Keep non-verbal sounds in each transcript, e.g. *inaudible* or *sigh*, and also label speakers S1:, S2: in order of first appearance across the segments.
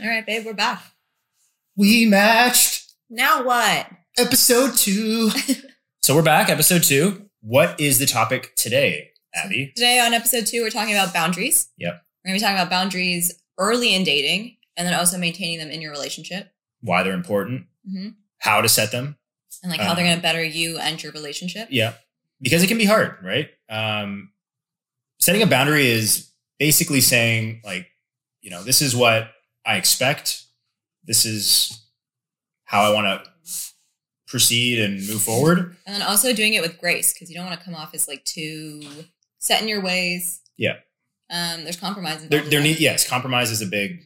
S1: right, babe, we're back.
S2: We matched
S1: Now what?
S2: episode two.
S3: So we're back, episode two. What is the topic today, Abby?
S1: Today on episode two, we're talking about boundaries.
S3: Yep.
S1: We're going to be talking about boundaries early in dating and then also maintaining them in your relationship
S3: Why they're important,
S1: Mhm.
S3: how to set them.
S1: and like how
S3: Uh,
S1: they're going to better you and your relationship.
S3: Yeah, because it can be hard, right? Um, setting a boundary is basically saying, like, you know, this is what I expect. This is how I want to proceed and move forward.
S1: And then also doing it with grace because you don't want to come off as like too set in your ways.
S3: Yeah.
S1: Um, there's compromise.
S3: There,
S1: involved
S3: there
S1: in
S3: need,
S1: that.
S3: yes, compromise is a big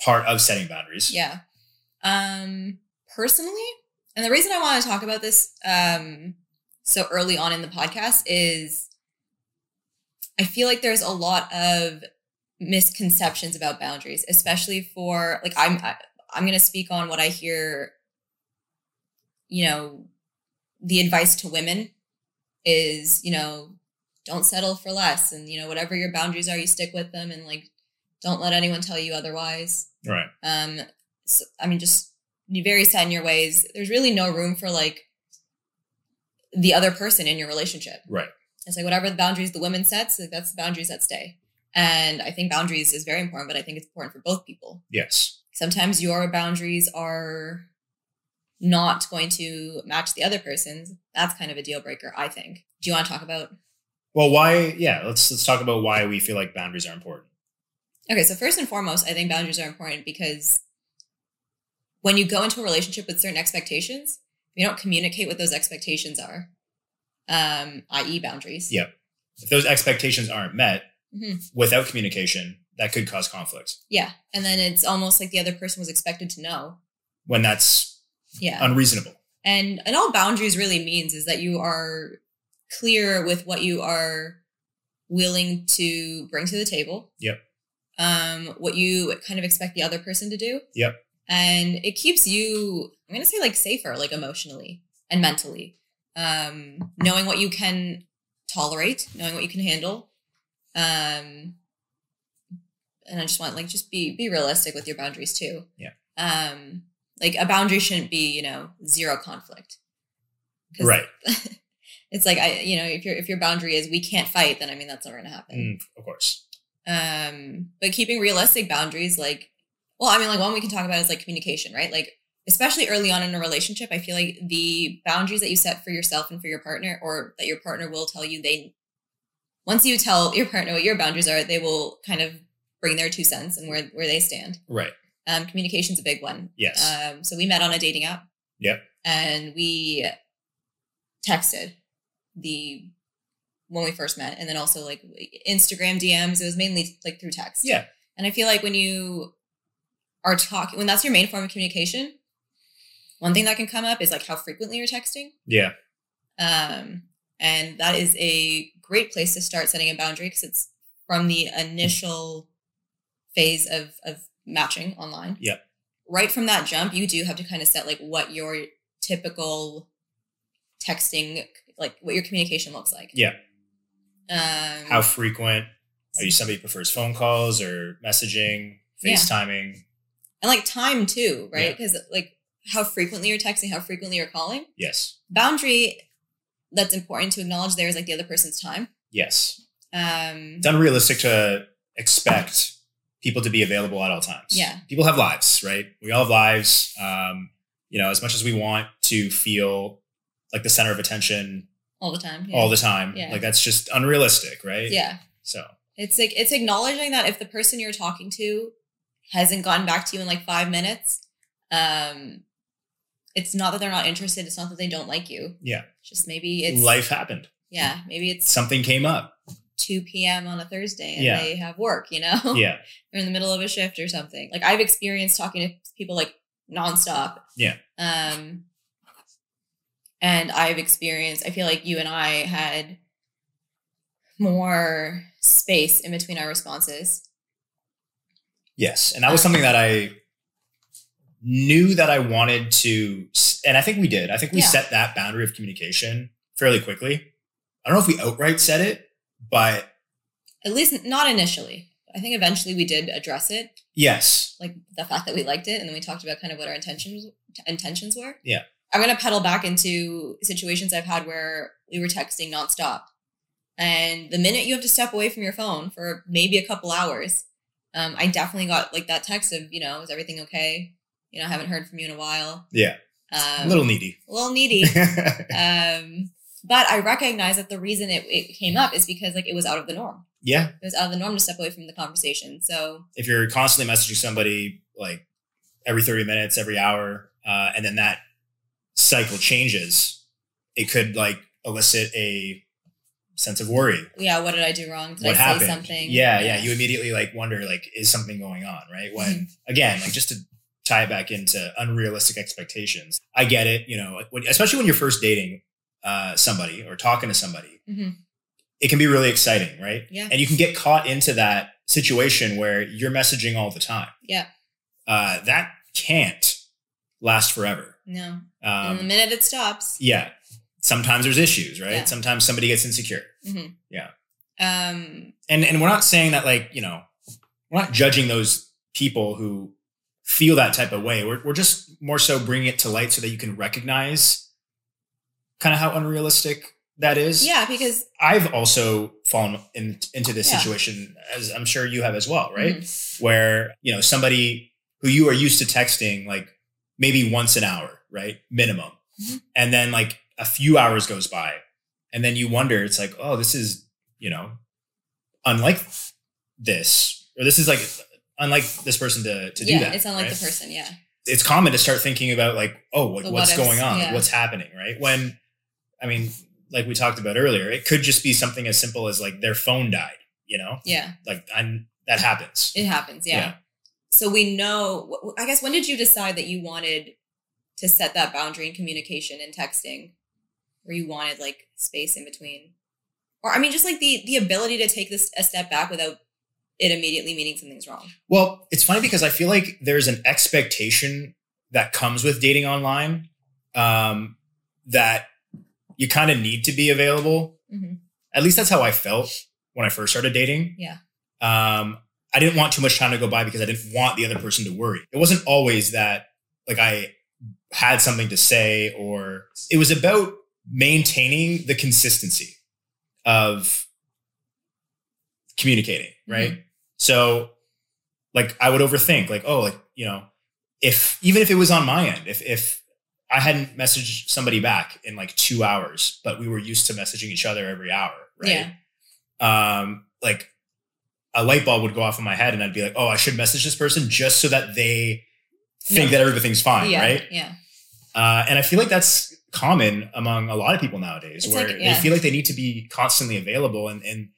S3: part of setting boundaries.
S1: Yeah. Um, personally, and the reason I want to talk about this um, so early on in the podcast is I feel like there's a lot of misconceptions about boundaries, especially for like I'm I, I'm going to speak on what I hear. You know, the advice to women is you know don't settle for less, and you know whatever your boundaries are, you stick with them, and like don't let anyone tell you otherwise
S3: Right.
S1: um so, i mean just be very set in your ways there's really no room for like the other person in your relationship
S3: Right.
S1: it's like whatever the boundaries the woman sets like, that's the boundaries that stay and i think boundaries is very important but i think it's important for both people
S3: Yes.
S1: sometimes your boundaries are not going to match the other person's that's kind of a deal breaker i think do you want to talk about
S3: Well, why? Yeah. Let's let's talk about why we feel like boundaries are important.
S1: Okay, so first and foremost, I think boundaries are important because when you go into a relationship with certain expectations, if you don't communicate what those expectations are, um, i.e., boundaries.
S3: Yeah. If those expectations aren't met
S1: Mhm.
S3: without communication, that could cause conflict.
S1: Yeah. And then it's almost like the other person was expected to know.
S3: When that's
S1: Yeah.
S3: unreasonable.
S1: and and all boundaries really means is that you are clear with what you are willing to bring to the table
S3: Yep.
S1: um what you kind of expect the other person to do
S3: Yep.
S1: and it keeps you i'm gonna say like safer like emotionally and mentally um knowing what you can tolerate knowing what you can handle um and i just want like just be be realistic with your boundaries too
S3: Yeah.
S1: um like a boundary shouldn't be you know zero conflict 'Cause
S3: Right.
S1: it's like i you know if your if your boundary is we can't fight then i mean that's never gonna happen
S3: Mm, of course.
S1: um but keeping realistic boundaries like well i mean like one we can talk about is like communication right like especially early on in a relationship i feel like the boundaries that you set for yourself and for your partner or that your partner will tell you they once you tell your partner what your boundaries are they will kind of bring their two cents and where where they stand
S3: Right.
S1: um communication's a big one
S3: Yes.
S1: um, so we met on a dating app.
S3: Yep.
S1: And we texted the when we first met, and then also like Instagram DMs. It was mainly like through text.
S3: yeah.
S1: And I feel like when you are talking, when that's your main form of communication, one thing that can come up is like how frequently you're texting.
S3: Yeah.
S1: Um, and that is a great place to start setting a boundary because it's from the initial phase of of matching online.
S3: Yep.
S1: Right from that jump, you do have to kind of set like what your typical texting, like what your communication looks like.
S3: Yeah.
S1: Um,
S3: How frequent? Are you somebody who prefers phone calls or messaging,
S1: Yeah.
S3: FaceTiming?
S1: and like time too, right?
S3: Yeah.
S1: Because like how frequently you're texting, how frequently you're calling.
S3: Yes.
S1: Boundary that's important to acknowledge there is like the other person's time.
S3: Yes.
S1: Um,
S3: It's unrealistic to expect people to be available at all times.
S1: Yeah.
S3: People have lives, right? We all have lives. Um, you know, as much as we want to feel like the center of attention
S1: all the time.
S3: all the time,
S1: Yeah.
S3: like that's just unrealistic, right?
S1: Yeah.
S3: So
S1: It's like it's acknowledging that if the person you're talking to hasn't gotten back to you in like five minutes, um, it's not that they're not interested. It's not that they don't like you.
S3: Yeah.
S1: It's just maybe it's
S3: life happened.
S1: yeah, maybe it's
S3: Something came up.
S1: two p.m. on a Thursday and
S3: Yeah.
S1: they have work. You know,
S3: Yeah.
S1: *laughs* they're in the middle of a shift or something. Like I've experienced talking to people like nonstop.
S3: Yeah.
S1: Um, and I've experienced. I feel like you and I had more space in between our responses.
S3: Yes. And that
S1: Uh-huh.
S3: was something that I knew that I wanted to, and I think we did. I think we
S1: Yeah.
S3: set that boundary of communication fairly quickly. I don't know if we outright said it, but
S1: at least not initially. I think eventually we did address it,
S3: Yes.
S1: like the fact that we liked it, and then we talked about kind of what our intentions intentions were.
S3: Yeah.
S1: I'm gonna pedal back into situations I've had where we were texting nonstop, and the minute you have to step away from your phone for maybe a couple hours, um, I definitely got like that text of you know is everything okay? You know, I haven't heard from you in a while.
S3: Yeah.
S1: Um,
S3: a little needy.
S1: a little
S3: *laughs*
S1: needy. um, but I recognize that the reason it, it came up is because like it was out of the norm.
S3: *laughs* yeah.
S1: It was out of uh, the norm to step away from the conversation. So
S3: If you're constantly messaging somebody like every 30 minutes, every hour, uh, and then that cycle changes, it could like elicit a sense of worry.
S1: yeah, what did I do wrong? Did
S3: what
S1: I
S3: happened?
S1: say something?
S3: Yeah, yeah. You immediately like wonder like is something going on,
S1: *laughs*
S3: right? When again, like just to tie it back into unrealistic expectations. I get it, you know, when, especially when you're first dating uh, somebody or talking to somebody,
S1: Mhm.
S3: it can be really exciting, right?
S1: Yeah.
S3: And you can get caught into that situation where you're messaging all the time.
S1: Yeah.
S3: Uh, that can't last forever.
S1: No. and the
S3: Um,
S1: minute it stops.
S3: yeah. Sometimes there's issues, right?
S1: Mm. Yeah.
S3: Sometimes somebody gets insecure.
S1: hmm
S3: Yeah.
S1: Um.
S3: and and we're not saying that like you know we're not judging those people who feel that type of way we're, we're just more so bringing it to light so that you can recognize kind of how unrealistic that is
S1: Yeah, because
S3: i've also fallen in, into this
S1: Yeah.
S3: situation as i'm sure you have as well right
S1: mhm,
S3: where you know somebody who you are used to texting like maybe once an hour right minimum
S1: Mhm.
S3: and then like a few hours goes by and then you wonder it's like oh this is you know unlike this or this is like unlike this person to, to
S1: yeah,
S3: do that
S1: it's unlike
S3: right?
S1: the person. Yeah.
S3: it's common to start thinking about like oh like
S1: The
S3: what's
S1: what ifs,
S3: going on
S1: yeah.
S3: like, what's happening right when i mean like we talked about earlier it could just be something as simple as like their phone died you know
S1: Yeah.
S3: like i'm that happens
S1: It happens. Yeah.
S3: Yeah.
S1: So we know. wh- wh- I guess when did you decide that you wanted to set that boundary in communication and texting, or you wanted like space in between, or I mean, just like the the ability to take this a step back without it immediately meaning something's wrong.
S3: Well, it's funny because I feel like there's an expectation that comes with dating online um, that you kind of need to be available.
S1: Mhm.
S3: At least that's how I felt when I first started dating.
S1: Yeah.
S3: Um, I didn't want too much time to go by because I didn't want the other person to worry. It wasn't always that like I had something to say or it was about maintaining the consistency of communicating, right? So like I would overthink, like, oh, like, you know, if even if it was on my end, if if I hadn't messaged somebody back in like two hours, but we were used to messaging each other every hour, right? Um, like a light bulb would go off in my head and I'd be like, oh, I should message this person just so that they think
S1: Yeah.
S3: that everything's fine,
S1: yeah.
S3: right?
S1: Yeah.
S3: Uh, and I feel like that's common among a lot of people nowadays,
S1: It's
S3: where
S1: like- yeah.
S3: they feel like they need to be constantly available. And, and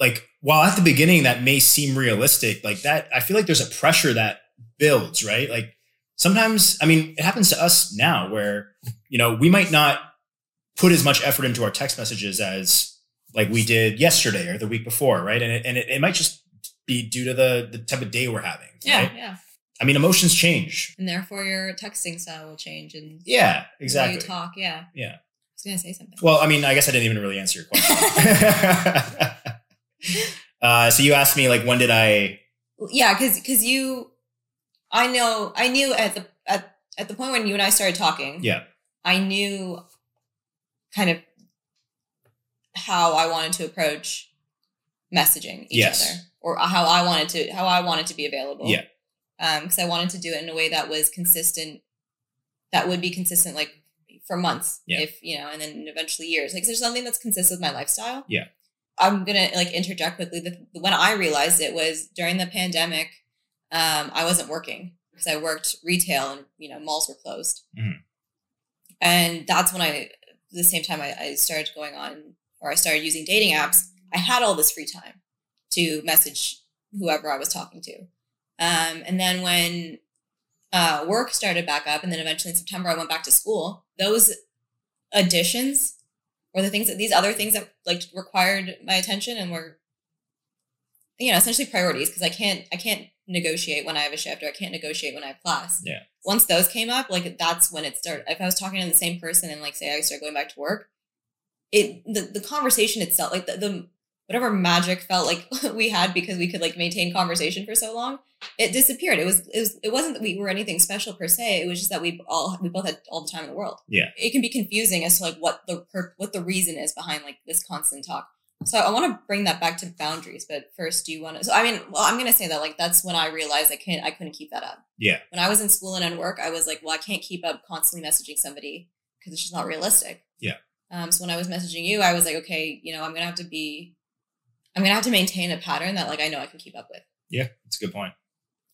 S3: like, while at the beginning that may seem realistic, like that, I feel like there's a pressure that builds, right? Like sometimes, I mean, it happens to us now where, you know, we might not put as much effort into our text messages as like we did yesterday or the week before, right? And it, and it, it might just be due to the, the type of day we're having.
S1: Yeah.
S3: right?
S1: Yeah.
S3: I mean, emotions change.
S1: And therefore, your texting style will change and
S3: Yeah,
S1: the way
S3: exactly.
S1: you talk. Yeah. I
S3: Yeah.
S1: was gonna say something.
S3: Well, I mean, I guess I didn't even really answer your
S1: *laughs*
S3: question. uh, so you asked me like, when did I?
S1: yeah because because you i know i knew at the at, at the point when you and i started talking
S3: Yeah.
S1: i knew kind of how i wanted to approach messaging each
S3: Yes.
S1: other or how i wanted to how i wanted to be available
S3: Yeah.
S1: um because i wanted to do it in a way that was consistent that would be consistent like for months
S3: Yeah.
S1: if you know and then eventually years like is there something that's consistent with my lifestyle
S3: Yeah.
S1: i'm gonna like interject quickly the, when i realized it was during the pandemic um, i wasn't working because i worked retail and you know malls were closed
S3: Mhm.
S1: and that's when i the same time I, I started going on or i started using dating apps i had all this free time to message whoever i was talking to um, and then when uh, work started back up, and then eventually in September, I went back to school. Those additions were the things that these other things that like required my attention and were, you know, essentially priorities because I can't I can't negotiate when I have a shift or I can't negotiate when I have class.
S3: Yeah.
S1: Once those came up, like that's when it started. If I was talking to the same person and like say I started going back to work, it the the conversation itself, like the, the whatever magic felt like *laughs* we had because we could like maintain conversation for so long, it disappeared. It was it was it wasn't that we were anything special per se. It was just that we all we both had all the time in the world.
S3: Yeah.
S1: It can be confusing as to like what the per- what the reason is behind like this constant talk. So I want to bring that back to boundaries, but first, do you want to? So I mean, well, I'm gonna say that like that's when I realized I can't I couldn't keep that up.
S3: Yeah.
S1: When I was in school and in work, I was like, well, I can't keep up constantly messaging somebody because it's just not realistic.
S3: Yeah.
S1: Um. So when I was messaging you, I was like, okay, you know, I'm gonna have to be I'm gonna have to maintain a pattern that like I know I can keep up with.
S3: Yeah, that's a good point.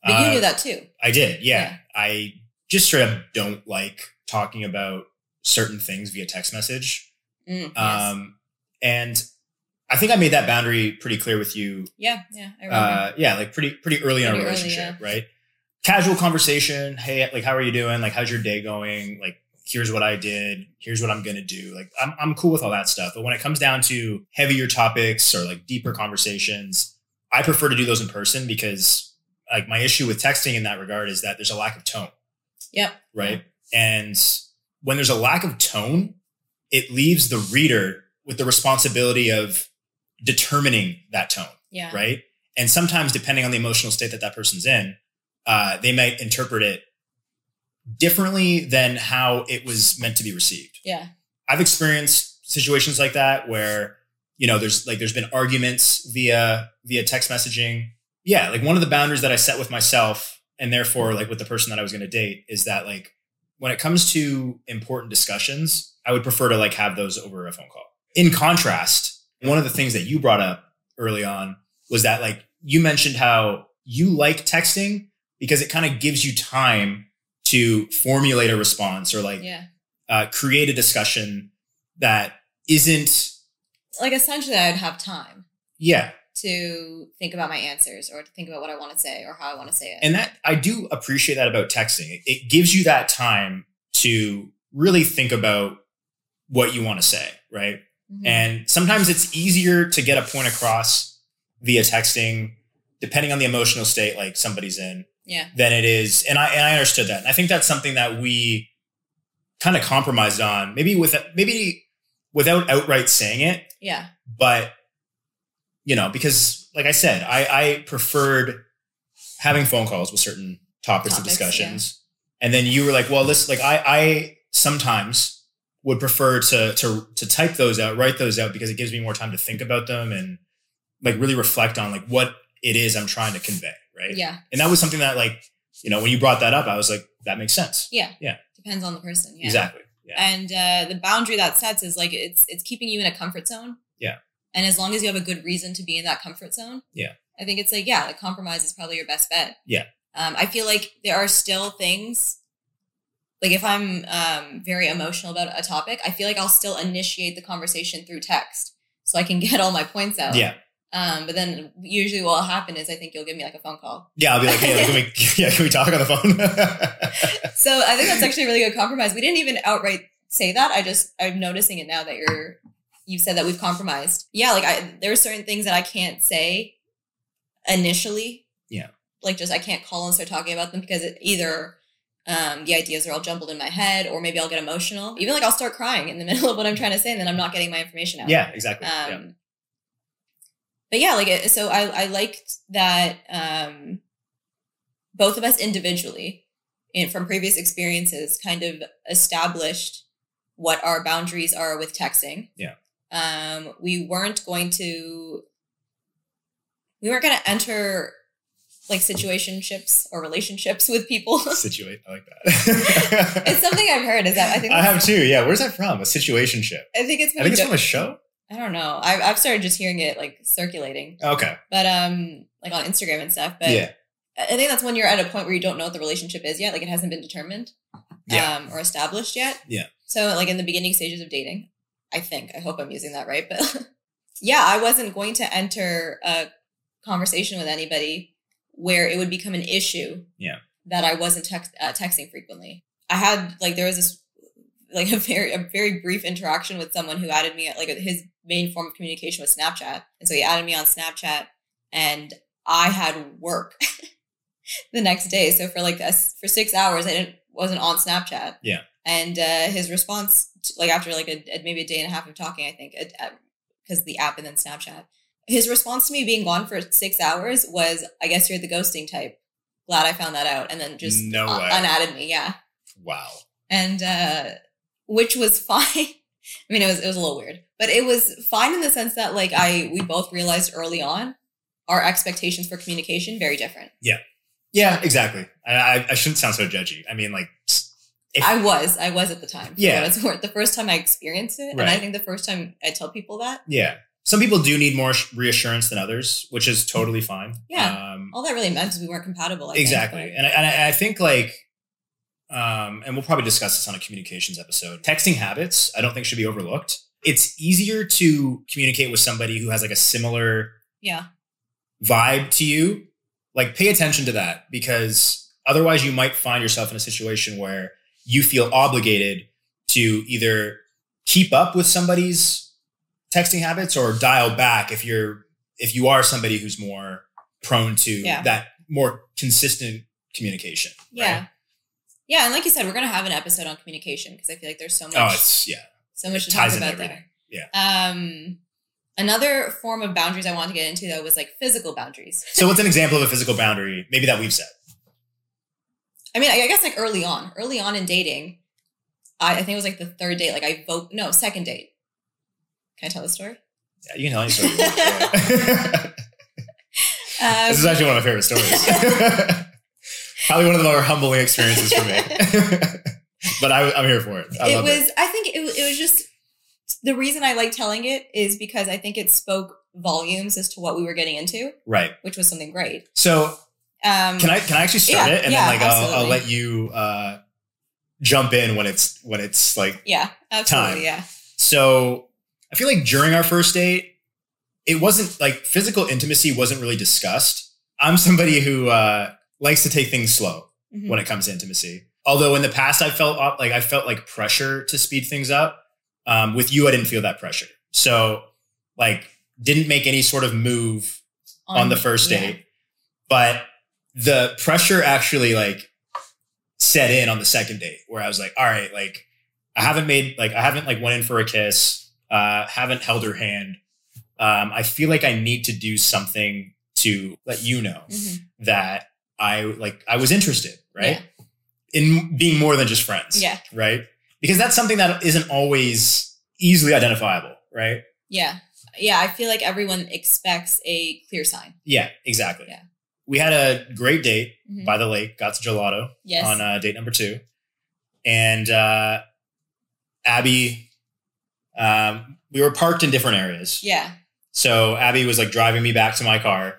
S1: But
S3: Uh,
S1: you knew that too.
S3: I did. Yeah.
S1: Yeah.
S3: I just straight up don't like talking about certain things via text message.
S1: Mm, yes.
S3: Um, and I think I made that boundary pretty clear with you.
S1: Yeah, yeah, I remember.
S3: Uh, yeah, like pretty, pretty early in our
S1: Pretty early,
S3: relationship, right? Casual conversation. Hey, like, how are you doing? Like, how's your day going? Like, here's what I did. Here's what I'm going to do. Like, I'm, I'm cool with all that stuff. But when it comes down to heavier topics or like deeper conversations, I prefer to do those in person because like my issue with texting in that regard is that there's a lack of tone
S1: yep.
S3: right? And when there's a lack of tone, it leaves the reader with the responsibility of determining that tone,
S1: Yeah.
S3: right? And sometimes, depending on the emotional state that that person's in, uh, they might interpret it differently than how it was meant to be received.
S1: Yeah.
S3: I've experienced situations like that where you know there's like there's been arguments via via text messaging. Yeah, like one of the boundaries that I set with myself and therefore like with the person that I was going to date is that like when it comes to important discussions, I would prefer to like have those over a phone call. In contrast, one of the things that you brought up early on was that like you mentioned how you like texting because it kind of gives you time to formulate a response or like
S1: Yeah.
S3: uh, create a discussion that isn't
S1: Like essentially I'd have time
S3: yeah
S1: to think about my answers or to think about what I want to say or how I want to say it.
S3: and that i do appreciate that about texting it, it gives you that time to really think about what you want to say right
S1: Mhm.
S3: and sometimes it's easier to get a point across via texting depending on the emotional state like somebody's in
S1: yeah.
S3: than it is. And I and I understood that. And I think that's something that we kind of compromised on, maybe with maybe without outright saying it,
S1: Yeah.
S3: but you know, because like I said, I, I preferred having phone calls with certain topics, of
S1: Topics,
S3: discussions. And then you were like, well, listen, like I I sometimes would prefer to to to type those out, write those out because it gives me more time to think about them and like really reflect on like what it is I'm trying to convey, right?
S1: Yeah.
S3: And that was something that, like, you know, when you brought that up, I was like, that makes sense.
S1: Yeah.
S3: Yeah.
S1: Depends on the person. Yeah.
S3: Exactly. Yeah.
S1: And uh, the boundary that sets is like it's it's keeping you in a comfort zone.
S3: Yeah.
S1: And as long as you have a good reason to be in that comfort zone.
S3: Yeah.
S1: I think it's like yeah, the compromise is probably your best bet.
S3: Yeah.
S1: Um, I feel like there are still things. Like if I'm um, very emotional about a topic, I feel like I'll still initiate the conversation through text, so I can *laughs* get all my points out.
S3: Yeah.
S1: Um, but then usually what will happen is I think you'll give me like a phone call.
S3: Yeah. I'll be like, hey, like, can we, *laughs* yeah, can we talk on the *laughs* phone?
S1: So I think that's actually a really good compromise. We didn't even outright say that. I just I'm noticing it now that you're you said that we've compromised. Yeah, like I there are certain things that I can't say initially.
S3: Yeah.
S1: Like just I can't call and start talking about them because it either um, the ideas are all jumbled in my head or maybe I'll get emotional. Even like I'll start crying in the *laughs* middle of what I'm trying to say and then I'm not getting my information out.
S3: yeah, exactly.
S1: Um,
S3: yeah.
S1: But yeah, like it, so I I liked that um, both of us individually and from previous experiences kind of established what our boundaries are with texting.
S3: Yeah.
S1: Um, we weren't going to we weren't going to enter like situationships or relationships with people. *laughs*
S3: Situate. I like *laughs* that.
S1: it's something I've heard. Is that I think
S3: I have
S1: that's-
S3: too. Yeah. Where's that from? A situation ship.
S1: I think it's been
S3: I think it's
S1: a
S3: from a show.
S1: I don't know. I've I've started just hearing it like circulating.
S3: Okay.
S1: but um like on instagram and stuff but
S3: yeah.
S1: i I think that's when you're at a point where you don't know what the relationship is yet like it hasn't been determined
S3: Yeah.
S1: um or established yet
S3: Yeah.
S1: so like in the beginning stages of dating i think i hope i'm using that right but *laughs* yeah i wasn't going to enter a conversation with anybody where it would become an issue
S3: Yeah.
S1: that i wasn't text, uh, texting frequently i had like there was this like *laughs* a very a very brief interaction with someone who added me like his main form of communication was Snapchat, and so he added me on Snapchat, and I had work *laughs* the next day. So for like us for six hours, I didn't wasn't on Snapchat.
S3: Yeah.
S1: And uh, his uh, response, to, like after like a, a- maybe a day and a half of talking, I think, because the app and then Snapchat, his response to me being gone for six hours was, I guess you're the ghosting type. Glad I found that out. And then just uh,
S3: No
S1: un-
S3: way.
S1: unadded me. Yeah.
S3: Wow.
S1: and uh, which was *laughs* fine. I mean, it was it was a little weird, but it was fine in the sense that like I we both realized early on our expectations for communication very different.
S3: Yeah, exactly. I, I, I shouldn't sound so judgy. I mean, like, If-
S1: I was I was at the time. for
S3: Yeah.
S1: what it's worth. the first time I experienced it, and I
S3: Right.
S1: think the first time I tell people that
S3: yeah. Some people do need more sh- reassurance than others, which is totally fine.
S1: Yeah.
S3: Um,
S1: all that really meant is we weren't compatible. I think,
S3: exactly.
S1: but-
S3: And I, and I- I think like, um, and we'll probably discuss this on a communications episode. Texting habits, I don't think should be overlooked. It's easier to communicate with somebody who has like a similar
S1: yeah,
S3: vibe to you, like pay attention to that because otherwise you might find yourself in a situation where you feel obligated to either keep up with somebody's texting habits or dial back if you're if you are somebody who's more prone to
S1: Yeah.
S3: that more consistent communication.
S1: yeah,
S3: right?
S1: yeah. And like you said, we're gonna have an episode on communication because I feel like there's so much.
S3: Oh, it's yeah.
S1: so much to talk
S3: ties in
S1: about
S3: everything.
S1: there. Um, another form of boundaries I wanted to get into though was like physical boundaries.
S3: So what's an example of a physical boundary maybe that we've set?
S1: I mean, I I guess like early on, early on in dating, I, I think it was like the third date. Like I vote, no, second date. Can I tell the story?
S3: Yeah, you can tell any story. you want, yeah.
S1: Um,
S3: This is actually one of my favorite stories. *laughs* Probably one of the more humbling experiences for me. *laughs* but I, am here for it. I
S1: it
S3: love
S1: was. I think it, wa- it was just the reason I like telling it is because I think it spoke volumes as to what we were getting into,
S3: Right.
S1: which was something great.
S3: So
S1: Um,
S3: can I can I actually start
S1: Yeah,
S3: it and
S1: yeah,
S3: then like I'll, I'll
S1: absolutely.
S3: let you uh, jump in when it's when it's like
S1: Yeah, absolutely.
S3: Time.
S1: Yeah,
S3: so. I feel like during our first date, it wasn't like physical intimacy wasn't really discussed. I'm somebody who uh, likes to take things slow.
S1: Mhm.
S3: when it comes to intimacy. Although in the past I felt op- like I felt like pressure to speed things up. Um, with you, I didn't feel that pressure. So like didn't make any sort of move on, the first
S1: Um, yeah.
S3: date, but the pressure actually like set in on the second date where I was like, all right, like I haven't made like I haven't like went in for a kiss, uh, haven't held her hand. Um, I feel like I need to do something to let you know
S1: Mhm.
S3: that I like I was interested, right?
S1: Yeah.
S3: In being more than just friends.
S1: Yeah.
S3: Right? Because that's something that isn't always easily identifiable, right?
S1: Yeah. Yeah. I feel like everyone expects a clear sign.
S3: Yeah, exactly.
S1: Yeah.
S3: We had a great date
S1: Mhm.
S3: by the lake, got to gelato
S1: Yes.
S3: on uh, date number two. And uh Abby um we were parked in different areas.
S1: yeah. *laughs*
S3: So Abby was like driving me back to my car.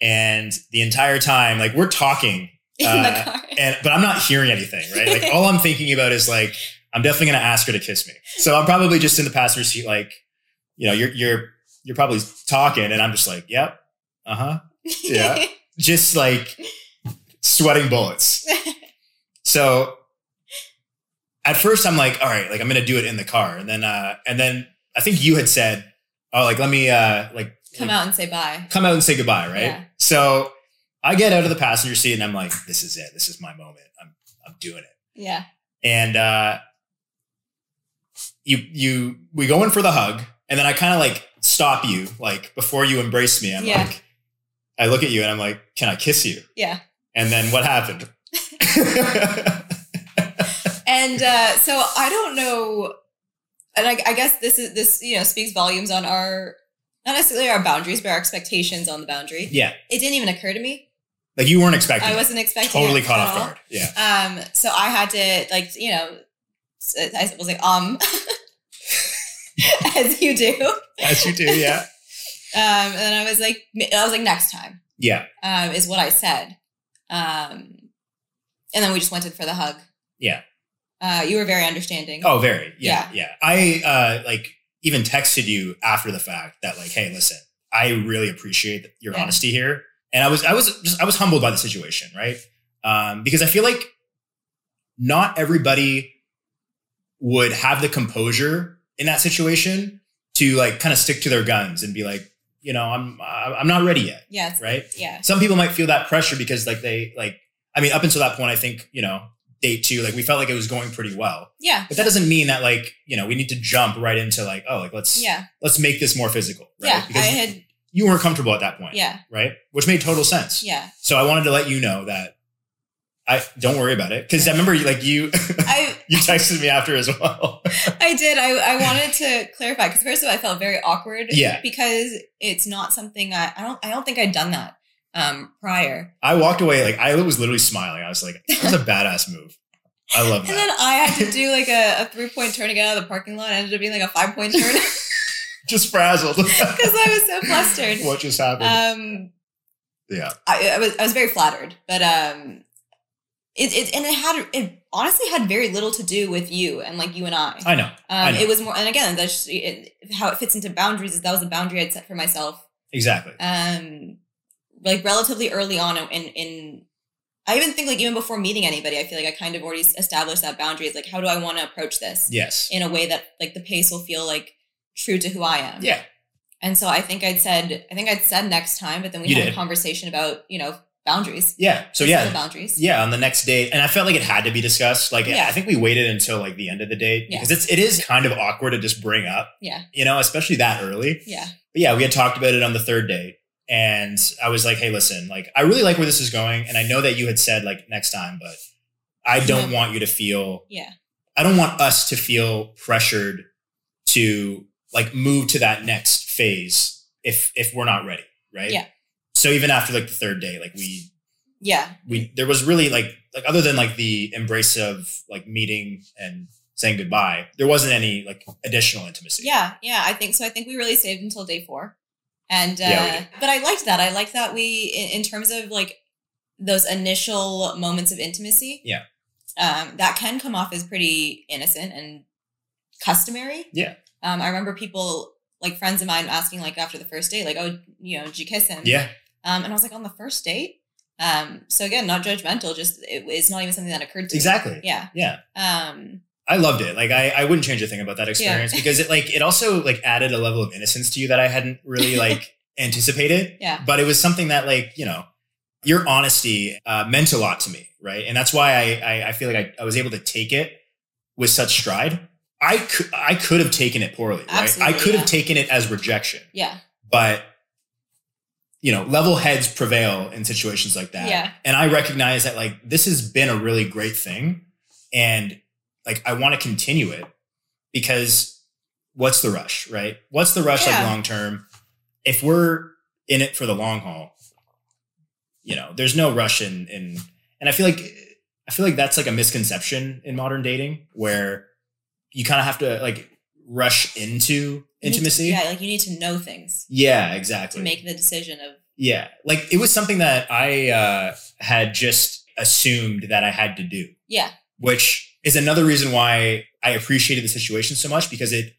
S3: And the entire time, like we're talking
S1: In
S3: Uh,
S1: the car.
S3: and but I'm not hearing anything, right? Like all I'm thinking about is like I'm definitely gonna ask her to kiss me. So I'm probably just in the passenger seat, like you know, you're you're you're probably talking, and I'm just like, yep, uh huh, yeah. just like sweating bullets. So at first I'm like, all right, like I'm gonna do it in the car, and then uh and then I think you had said, oh, like let me uh like
S1: *laughs* Come out and say bye.
S3: come out and say goodbye, right?
S1: Yeah.
S3: So I get out of the passenger seat and I'm like, this is it. This is my moment. I'm I'm doing it.
S1: Yeah.
S3: And uh you you we go in for the hug and then I kind of like stop you like before you embrace me. I'm
S1: Yeah.
S3: like I look at you and I'm like, "Can I kiss you?"
S1: Yeah.
S3: And then what
S1: *laughs*
S3: happened? *laughs*
S1: And uh, so I don't know. And I, I guess this is this you know speaks volumes on our not necessarily our boundaries, but our expectations on the boundary.
S3: yeah.
S1: It didn't even occur to me.
S3: Like you weren't expecting.
S1: I
S3: it.
S1: wasn't expecting.
S3: totally
S1: it
S3: caught
S1: at
S3: off
S1: all.
S3: guard. Yeah.
S1: Um, so I had to like you know, s- I was like um, *laughs* as you do.
S3: As you do, yeah.
S1: Um, and then I was like, I was like next time.
S3: Yeah.
S1: um, is what I said. Um, and then we just went in for the hug.
S3: Yeah.
S1: Uh, you were very understanding.
S3: Oh, very. Yeah, yeah. I uh, like even texted you after the fact that like, hey, listen, I really appreciate your
S1: Yeah.
S3: honesty here, and I was I was just I was humbled by the situation, right? Um, because I feel like not everybody would have the composure in that situation to like kind of stick to their guns and be like, you know, I'm I'm not ready yet,
S1: yes.
S3: right?
S1: Yeah.
S3: some people might feel that pressure because like they like i mean up until that point i think you know date two like we felt like it was going pretty well
S1: Yeah.
S3: but that doesn't mean that like you know we need to jump right into like oh like let's
S1: Yeah.
S3: let's make this more physical right
S1: Yeah. I
S3: because
S1: had
S3: you weren't comfortable at that point.
S1: Yeah.
S3: Right. Which made total sense.
S1: Yeah.
S3: So I wanted to let you know that I don't worry about it. Cause I remember like you, *laughs*
S1: I
S3: you texted me after as well. *laughs*
S1: I did. I, I wanted to clarify because first of all, I felt very awkward.
S3: Yeah.
S1: Because it's not something I, I don't I don't think I'd done that um prior.
S3: I walked away. Like I was literally smiling. I was like, that was
S1: *laughs*
S3: a badass move. I love
S1: And
S3: that.
S1: then I had to do like a, a three point turn to get out of the parking lot. It ended up being like a five point turn *laughs* because *laughs*
S3: Just frazzled.
S1: I was so flustered.
S3: what just
S1: Um,
S3: happened? yeah.
S1: I, I was I was very flattered, but um, it, it and it had it honestly had very little to do with you and like you and I.
S3: I know.
S1: Um,
S3: know.
S1: it was more, and again, that's just, it, how it fits into boundaries. Is that was a boundary I'd set for myself
S3: Exactly.
S1: um like relatively early on in in I even think like even before meeting anybody, I feel like I kind of already established that boundary. It's like how do I want to approach this
S3: Yes.
S1: in a way that like the pace will feel like true to who I am.
S3: Yeah.
S1: And so I think I'd said I think I'd said next time, but then we
S3: You
S1: had
S3: did.
S1: a conversation about, you know, boundaries.
S3: Yeah. So
S1: Physical
S3: yeah,
S1: boundaries.
S3: Yeah, on the next date, and I felt like it had to be discussed. Like
S1: Yeah.
S3: I think we waited until like the end of the date
S1: Yeah.
S3: because it's it is kind of awkward to just bring up.
S1: Yeah.
S3: you know, especially that early.
S1: Yeah.
S3: But yeah, we had talked about it on the third date, and I was like, "Hey, listen, like I really like where this is going, and I know that you had said like next time, but I don't want you to feel.
S1: Yeah.
S3: I don't want us to feel pressured to like move to that next phase if if we're not ready, right?
S1: Yeah.
S3: So even after like the third day, like we
S1: Yeah.
S3: we there was really like like other than like the embrace of like meeting and saying goodbye, there wasn't any like additional intimacy.
S1: Yeah, yeah, I think so. I think we really saved until day four, and uh,
S3: Yeah, we did.
S1: but I liked that. I liked that we, in, in terms of like those initial moments of intimacy,
S3: Yeah.
S1: um, that can come off as pretty innocent and customary.
S3: Yeah.
S1: um, I remember people like friends of mine asking like after the first date, like, oh, you know, did you kiss him?
S3: Yeah.
S1: um, and I was like, on the first date. Um, so again, not judgmental, just it, it's not even something that occurred to me.
S3: Exactly.
S1: Yeah.
S3: Yeah.
S1: Um,
S3: I loved it. Like I, I wouldn't change a thing about that experience because it like it also like added a level of innocence to you that I hadn't
S1: *laughs*
S3: really like anticipated.
S1: Yeah.
S3: But it was something that like, you know, your honesty uh, meant a lot to me. Right. And that's why I I, I feel like I, I was able to take it with such stride. I could I could have taken it poorly, right?
S1: Absolutely,
S3: I could
S1: yeah.
S3: have taken it as rejection.
S1: yeah,
S3: but you know level heads prevail in situations like that
S1: Yeah.
S3: and i recognize that like this has been a really great thing and like i want to continue it because what's the rush right what's the rush like
S1: Yeah.
S3: long term if we're in it for the long haul you know there's no rush in in and i feel like i feel like that's like a misconception in modern dating where you kind of have to like rush into
S1: You need to-
S3: intimacy
S1: yeah, like you need to know things.
S3: yeah exactly
S1: to make the decision of
S3: Yeah. Like it was something that I uh, had just assumed that I had to do,
S1: yeah
S3: which is another reason why I appreciated the situation so much because it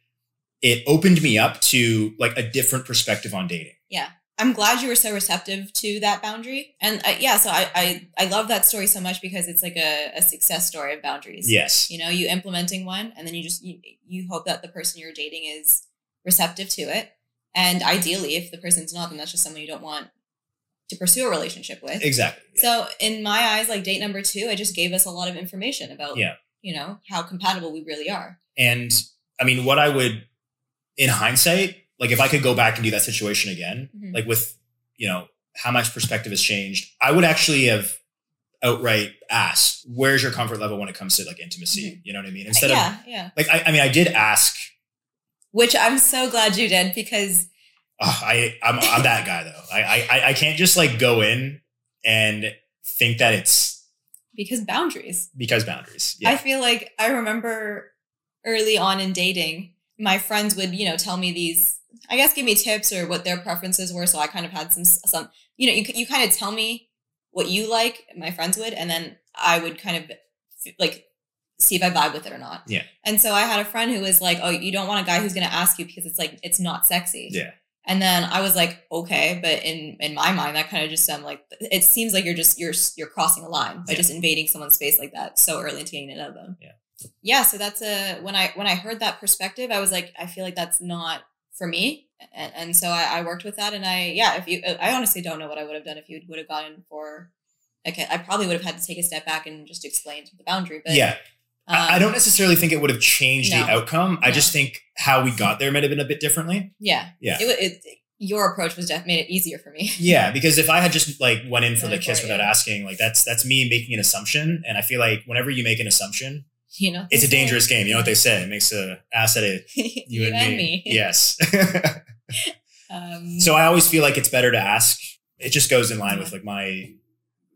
S3: it opened me up to like a different perspective on dating.
S1: i'm glad you were so receptive to that boundary and uh, yeah so I, I i love that story so much because it's like a, a success story of boundaries
S3: Yes.
S1: you know you implementing one and then you just you, you hope that the person you're dating is receptive to it and ideally if the person's not then that's just someone you don't want to pursue a relationship with
S3: Exactly.
S1: so in my eyes like date number two it just gave us a lot of information about
S3: Yeah.
S1: you know how compatible we really are
S3: And I mean, what I would, in hindsight, like if I could go back and do that situation again,
S1: Mhm.
S3: like with, you know, how much perspective has changed, I would actually have outright asked, where's your comfort level when it comes to like intimacy? You know what I mean? Instead of
S1: Mm-hmm. Uh, yeah yeah
S3: like, I, I mean, I did ask,
S1: which i'm so glad you did because
S3: Ugh, I, I'm, I'm that guy though. I, I, I can't just like go in and think that it's
S1: because boundaries
S3: because boundaries. Yeah.
S1: I feel like I remember early on in dating, my friends would, you know, tell me these, I guess, give me tips or what their preferences were. So I kind of had some, some, you know, you, you kind of tell me what you like, my friends would, and then I would kind of like see if I vibe with it or not.
S3: Yeah.
S1: And so I had a friend who was like, oh, you don't want a guy who's going to ask you because it's like, it's not sexy.
S3: Yeah.
S1: And then I was like, okay, but in in my mind, that kind of just um like it seems like you're just you're you're crossing a line by
S3: Yeah.
S1: just invading someone's space like that so early into getting to know them.
S3: Yeah.
S1: Yeah. So that's a when I when I heard that perspective, I was like, I feel like that's not for me, and, and so I, I worked with that, and I yeah, if you, I honestly don't know what I would have done if you would have gotten for. Okay, I probably would have had to take a step back and just explain the boundary. But
S3: yeah. I, I
S1: um,
S3: don't necessarily think it would have changed
S1: No.
S3: the outcome. I
S1: No.
S3: just think how we got there might have been a bit differently.
S1: Yeah.
S3: Yeah.
S1: It, wa- it, your approach was def- made it easier for me. *laughs*
S3: Yeah, because if I had just like went in for
S1: Going
S3: the
S1: for
S3: kiss
S1: it,
S3: without
S1: yeah.
S3: asking, like that's that's me making an assumption. And I feel like whenever you make an assumption,
S1: You know,
S3: it's a dangerous game. You know what they say? It makes a ass out of
S1: *laughs* you,
S3: you, and, me. Yes. *laughs*
S1: Um,
S3: so I always feel like it's better to ask. It just goes in line with like my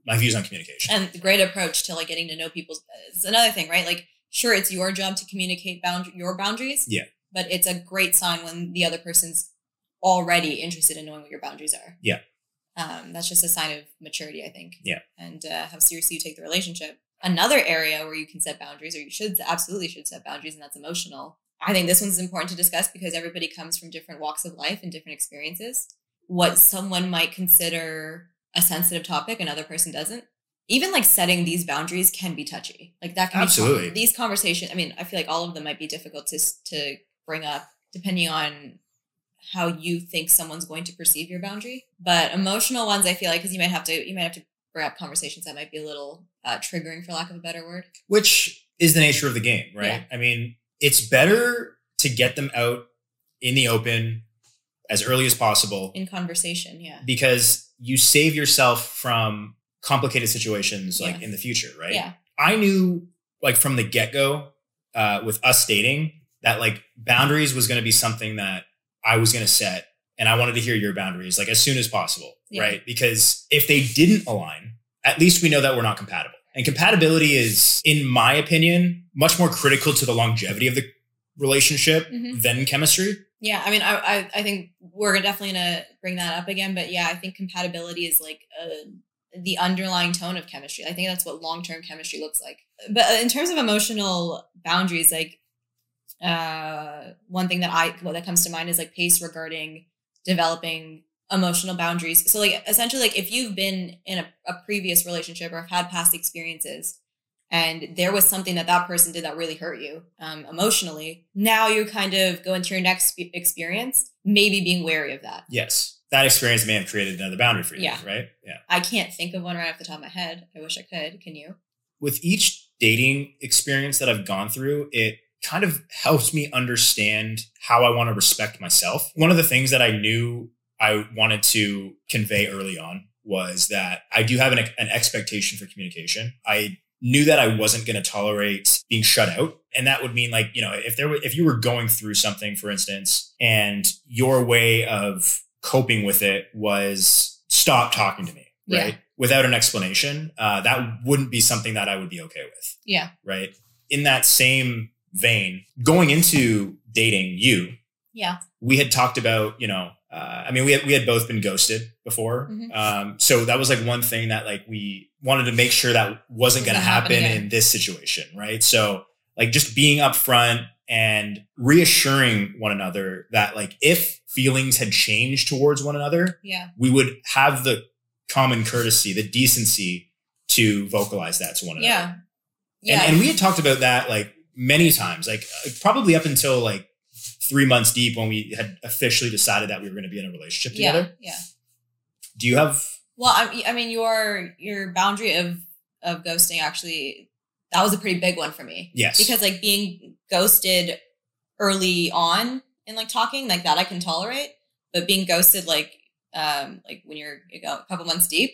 S3: my views on communication.
S1: and the great approach to like getting to know people is another thing, right? Like, sure, it's your job to communicate bound- your boundaries.
S3: Yeah.
S1: But it's a great sign when the other person's already interested in knowing what your boundaries are.
S3: Yeah.
S1: Um, that's just a sign of maturity, I think.
S3: Yeah.
S1: And uh, how seriously you take the relationship. Another area where you can set boundaries, or you should absolutely should set boundaries, and that's emotional. I think this one's important to discuss because everybody comes from different walks of life and different experiences. What someone might consider a sensitive topic, another person doesn't. Even like setting these boundaries can be touchy. Like that can be
S3: Absolutely.
S1: com- these conversations. I mean, I feel like all of them might be difficult to s- to bring up depending on how you think someone's going to perceive your boundary. But emotional ones, I feel like, because you might have to you might have to bring up conversations that might be a little uh, triggering, for lack of a better word.
S3: Which is the nature of the game, right?
S1: Yeah.
S3: I mean, it's better to get them out in the open as early as possible.
S1: in conversation. Yeah.
S3: because you save yourself from complicated situations like
S1: Yeah.
S3: in the future, right?
S1: Yeah.
S3: I knew like from the get go uh, with us dating that like boundaries was going to be something that I was going to set, and I wanted to hear your boundaries like as soon as possible,
S1: Yeah.
S3: right? Because if they didn't align, at least we know that we're not compatible. And compatibility is, in my opinion, much more critical to the longevity of the relationship
S1: Mhm.
S3: than chemistry.
S1: Yeah. I mean, I, I, I think we're definitely going to bring that up again. But yeah, I think compatibility is like uh the underlying tone of chemistry. I think that's what long term chemistry looks like. But uh, in terms of emotional boundaries, like uh, one thing that I, well, that comes to mind is like pace regarding developing emotional boundaries. So like essentially like if you've been in a, a previous relationship or have had past experiences and there was something that that person did that really hurt you um, emotionally, now you kind of go into your next spe- experience, maybe being wary of that.
S3: Yes. That experience may have created another boundary for you,
S1: Yeah.
S3: right? Yeah.
S1: I can't think of one right off the top of my head. I wish I could. Can you?
S3: with each dating experience that I've gone through, it kind of helps me understand how I want to respect myself. One of the things that I knew I wanted to convey early on was that I do have an, an expectation for communication. I knew that I wasn't going to tolerate being shut out. And that would mean like, you know, if there were, if you were going through something, for instance, and your way of coping with it was stop talking to me,
S1: Yeah.
S3: right? Without an explanation, uh, that wouldn't be something that I would be okay with,
S1: Yeah.
S3: right? In that same vein, going into dating you,
S1: Yeah.
S3: we had talked about, you know, uh, I mean, we had, we had both been ghosted before.
S1: Mhm.
S3: Um, so that was like one thing that like we wanted to make sure that wasn't going to
S1: Doesn't happen
S3: happen
S1: again.
S3: in this situation. Right. So like just being upfront and reassuring one another that like if feelings had changed towards one another,
S1: Yeah.
S3: we would have the common courtesy, the decency to vocalize that to one another.
S1: Yeah.
S3: And, and we had talked about that like many times, like uh, probably up until like three months deep when we had officially decided that we were going to be in a relationship
S1: yeah.
S3: together.
S1: Yeah.
S3: Do you have?
S1: Well, I, I mean, your your boundary of of ghosting actually that was a pretty big one for me
S3: Yes.
S1: because like being ghosted early on in like talking like that I can tolerate, but being ghosted like um like when you're you know, a couple months deep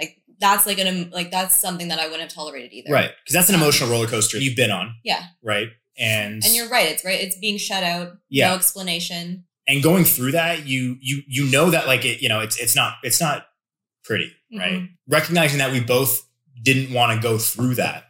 S1: like that's like an em- like that's something that I wouldn't have tolerated either.
S3: right. Because that's an emotional roller coaster you've been on.
S1: Yeah.
S3: Right. And,
S1: And you're right. It's right. It's being shut out.
S3: Yeah.
S1: No explanation.
S3: and going through that, you, you, you know that like it, you know, it's, it's not, it's not pretty.
S1: Mm-hmm.
S3: Right. Recognizing that we both didn't want to go through that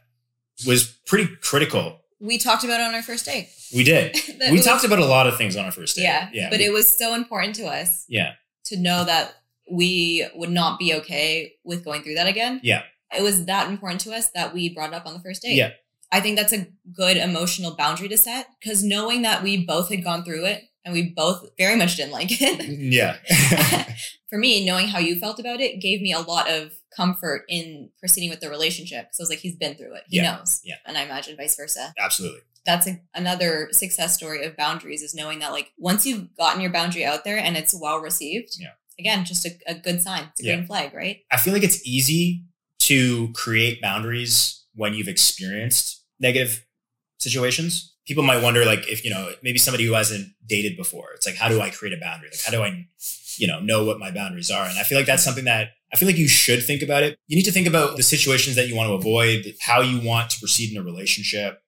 S3: was pretty critical.
S1: We talked about it on our first date. *laughs*
S3: We did.
S1: That
S3: we
S1: it
S3: talked
S1: was-
S3: about a lot of things on our first date.
S1: Yeah.
S3: Yeah.
S1: But it was so important to us.
S3: yeah.
S1: to know that we would not be okay with going through that again.
S3: Yeah.
S1: It was that important to us that we brought it up on the first date.
S3: Yeah.
S1: I think that's a good emotional boundary to set because knowing that we both had gone through it and we both very much didn't like
S3: *laughs*
S1: it. *laughs*
S3: Yeah. *laughs*
S1: For me, knowing how you felt about it gave me a lot of comfort in proceeding with the relationship. So I was like, he's been through it. He
S3: Yeah.
S1: knows.
S3: Yeah.
S1: And I imagine vice versa
S3: Absolutely.
S1: that's a, another success story of boundaries is knowing that like once you've gotten your boundary out there and it's well received
S3: Yeah.
S1: again just a, a good sign it's a
S3: Yeah.
S1: green flag right
S3: I feel like it's easy to create boundaries when you've experienced negative situations. people might wonder like if you know maybe somebody who hasn't dated before it's like how do i create a boundary like how do i you know know what my boundaries are and i feel like that's something that i feel like you should think about it you need to think about the situations that you want to avoid how you want to proceed in a relationship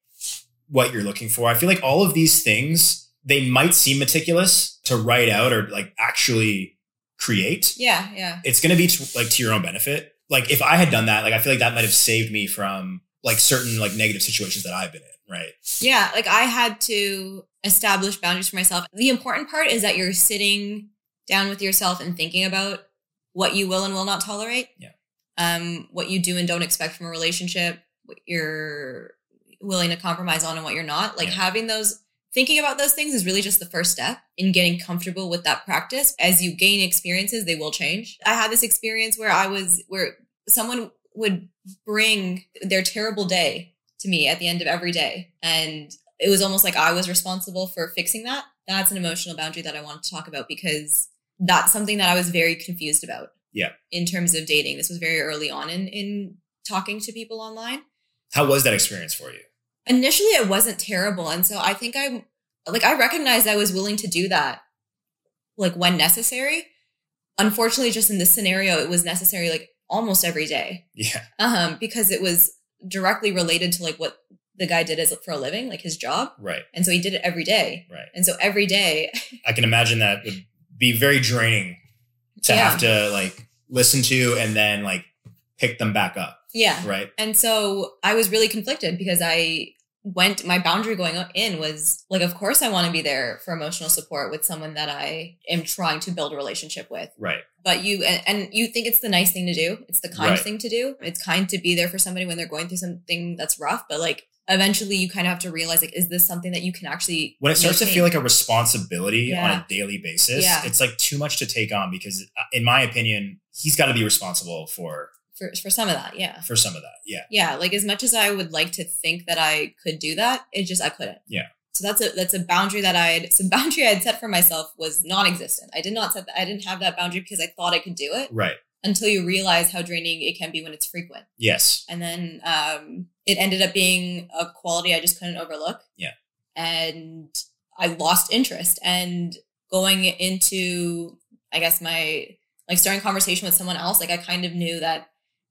S3: what you're looking for i feel like all of these things they might seem meticulous to write out or like actually create
S1: Yeah, yeah.
S3: it's going to be to, like to your own benefit. Like if I had done that, like I feel like that might have saved me from like certain like negative situations that I've been in, right?
S1: Yeah, like I had to establish boundaries for myself. The important part is that you're sitting down with yourself and thinking about what you will and will not tolerate.
S3: Yeah.
S1: Um, what you do and don't expect from a relationship, what you're willing to compromise on and what you're not. Like
S3: Yeah.
S1: having those thinking about those things is really just the first step in getting comfortable with that practice. As you gain experiences, they will change. I had this experience where I was where someone would bring their terrible day to me at the end of every day. And it was almost like I was responsible for fixing that. That's an emotional boundary that I wanted to talk about because that's something that I was very confused about.
S3: Yeah.
S1: In terms of dating, this was very early on in in talking to people online.
S3: How was that experience for you? *laughs*
S1: Initially, it wasn't terrible, and so I think I like I recognized I was willing to do that, like when necessary. Unfortunately, just in this scenario, it was necessary like almost every day
S3: Yeah.
S1: um, because it was directly related to like what the guy did as for a living, like his job,
S3: Right.
S1: and so he did it every day.
S3: Right.
S1: And so every day, *laughs*
S3: I can imagine that would be very draining to
S1: Yeah.
S3: have to like listen to and then like pick them back up,
S1: yeah.
S3: right?
S1: And so I was really conflicted because I went, my boundary going in was like, of course, I want to be there for emotional support with someone that I am trying to build a relationship with.
S3: Right.
S1: But you, and, and you think it's the nice thing to do, it's the kind
S3: Right.
S1: thing to do. It's kind to be there for somebody when they're going through something that's rough. But like, eventually you kind of have to realize, like, is this something that you can actually.
S3: When it starts to
S1: maintain?
S3: feel like a responsibility on
S1: Yeah.
S3: a daily basis,
S1: Yeah.
S3: it's like too much to take on because uh, in my opinion, he's got to be responsible for
S1: for, for some of that. Yeah.
S3: for some of that. Yeah.
S1: Yeah. Like as much as I would like to think that I could do that, it just, I couldn't.
S3: Yeah.
S1: So that's a, that's a boundary that I had, *laughs* some boundary I had set for myself was non-existent. I did not set that. I didn't have that boundary because I thought I could do it
S3: Right.
S1: until you realize how draining it can be when it's frequent.
S3: Yes.
S1: And then, um, it ended up being a quality I just couldn't overlook.
S3: Yeah.
S1: And I lost interest and going into, I guess my like starting conversation with someone else, like I kind of knew that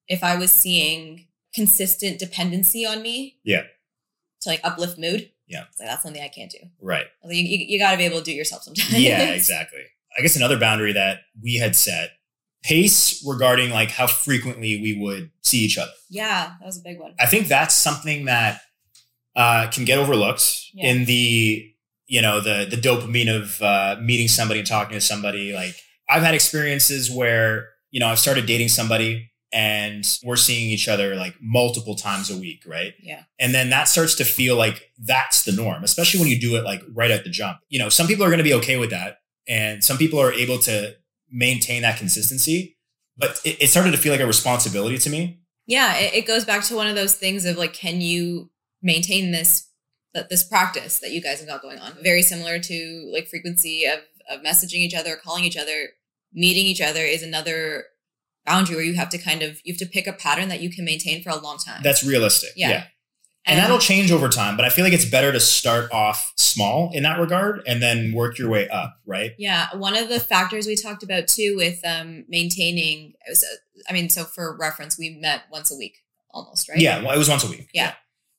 S1: if I was seeing consistent dependency on me,
S3: Yeah.
S1: to like uplift mood,
S3: Yeah.
S1: it's like that's something I can't do.
S3: Right.
S1: Like, you, you, got to be able to do it yourself sometimes.
S3: yeah, exactly. I guess another boundary that we had set pace regarding like how frequently we would see each other.
S1: *laughs* yeah, that was a big one.
S3: I think that's something that uh, can get overlooked
S1: Yeah.
S3: in the you know the the dopamine of uh, meeting somebody and talking to somebody. Like I've had experiences where you know I've started dating somebody and we're seeing each other like multiple times a week, right?
S1: Yeah.
S3: And then that starts to feel like that's the norm, especially when you do it like right at the jump. You know, some people are going to be okay with that, and some people are able to maintain that consistency. But it, it started to feel like a responsibility to me.
S1: Yeah, it, it goes back to one of those things of like, can you maintain this that this practice that you guys have got going on? Very similar to like frequency of of messaging each other, calling each other, meeting each other is another boundary where you have to kind of you have to pick a pattern that you can maintain for a long time.
S3: That's realistic.
S1: Yeah.
S3: And, that'll change over time, but I feel like it's better to start off small in that regard and then work your way up, right?
S1: Yeah, one of the factors we talked about too with um, maintaining. It was, uh, I mean, so for reference, we met once a week almost, right?
S3: Yeah, well, it was once a week.
S1: Yeah.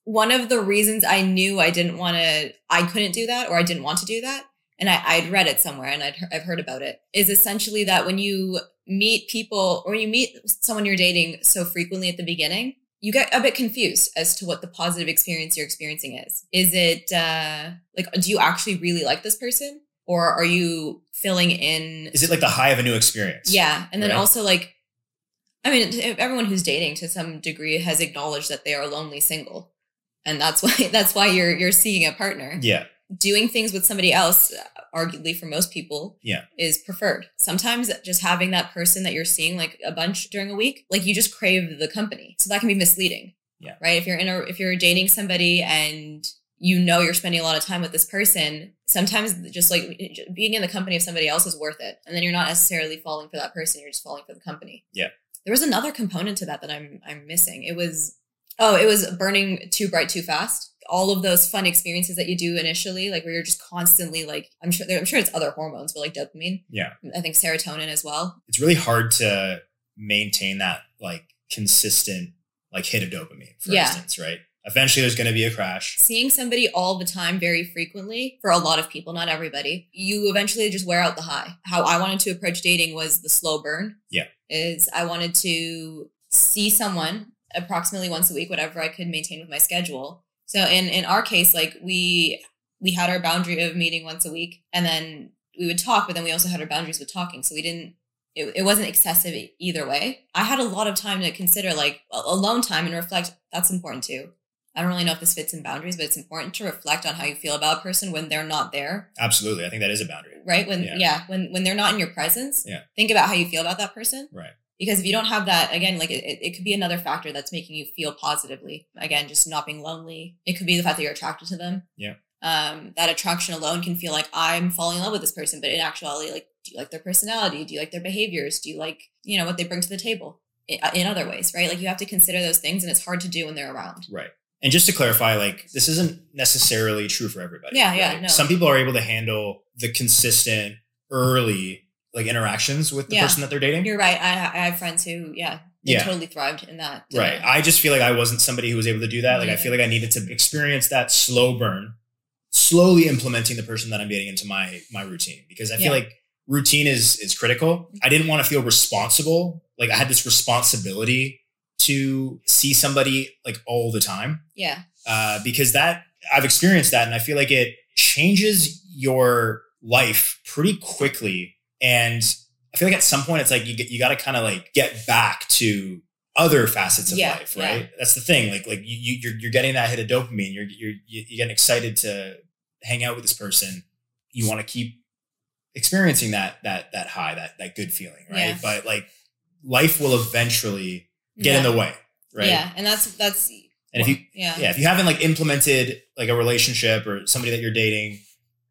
S1: One of the reasons I knew I didn't want to, I couldn't do that, or I didn't want to do that, and I, I'd read it somewhere and I'd, I've heard about it, is essentially that when you meet people or you meet someone you're dating so frequently at the beginning, you get a bit confused as to what the positive experience you're experiencing is. Is it uh, like, do you actually really like this person? Or are you filling in
S3: Is it like the high of a new experience?
S1: yeah, and then
S3: Right.
S1: also like, I mean, if everyone who's dating to some degree has acknowledged that they are lonely single, and that's *laughs* why that's why you're you're seeking a partner.
S3: Yeah.
S1: Doing things with somebody else, uh, arguably for most people,
S3: Yeah.
S1: is preferred. Sometimes just having that person that you're seeing like a bunch during a week, like you just crave the company, so that can be misleading.
S3: Yeah.
S1: right. If you're in a if you're dating somebody and you know you're spending a lot of time with this person sometimes just like being in the company of somebody else is worth it and then you're not necessarily falling for that person you're just falling for the company
S3: Yeah.
S1: there was another component to that that i'm i'm missing it was Oh, it was burning too bright too fast. All of those fun experiences that you do initially, like where you're just constantly like, I'm sure there, I'm sure it's other hormones, but like dopamine.
S3: Yeah.
S1: I think serotonin as well.
S3: It's really hard to maintain that like consistent like hit of dopamine, for
S1: Yeah.
S3: instance, right? Eventually there's gonna be a crash.
S1: Seeing somebody all the time, very frequently, for a lot of people, not everybody, you eventually just wear out the high. How I wanted to approach dating was the slow burn.
S3: Yeah.
S1: Is I wanted to see someone approximately once a week, whatever I could maintain with my schedule. So in in our case, like we we had our boundary of meeting once a week, and then we would talk, but then we also had our boundaries with talking. So we didn't. It, it wasn't excessive e- either way. I had a lot of time to consider like a- alone time and reflect. That's important too. I don't really know if this fits in boundaries, but it's important to reflect on how you feel about a person when they're not there,
S3: Absolutely. I think that is a boundary.
S1: right? When yeah,
S3: Yeah.
S1: when when they're not in your presence,
S3: Yeah.
S1: think about how you feel about that person
S3: Right.
S1: because if you don't have that again like it, it it could be another factor that's making you feel positively again just not being lonely it could be the fact that you're attracted to them
S3: Yeah.
S1: um that attraction alone can feel like i'm falling in love with this person but in actuality like do you like their personality do you like their behaviors do you like you know what they bring to the table in, in other ways right like you have to consider those things and it's hard to do when they're around
S3: Right. And just to clarify, like this isn't necessarily true for everybody.
S1: Yeah, yeah,
S3: right?
S1: no.
S3: Some people are able to handle the consistent early like interactions with the
S1: Yeah.
S3: person that they're dating.
S1: you're right i, I have friends who yeah they
S3: Yeah.
S1: totally thrived in that uh,
S3: Right. I just feel like I wasn't somebody who was able to do that. Like I
S1: Yeah.
S3: feel like I needed to experience that slow burn, slowly implementing the person that I'm dating into my my routine because I
S1: Yeah.
S3: feel like routine is is critical. I didn't want to feel responsible. Like I had this responsibility to see somebody like all the time
S1: yeah
S3: uh, because that I've experienced that, and I feel like it changes your life pretty quickly. And I feel like at some point, it's like you get, you got to kind of like get back to other facets of
S1: Yeah,
S3: life, right? That's the thing. Like like you, you you're you're getting that hit of dopamine. You're you're you're getting excited to hang out with this person. You want to keep experiencing that that that high, that that good feeling, right?
S1: Yeah.
S3: But like life will eventually get
S1: yeah.
S3: in the way, right?
S1: yeah and that's that's
S3: And if you
S1: yeah
S3: yeah if you haven't like implemented like a relationship or somebody that you're dating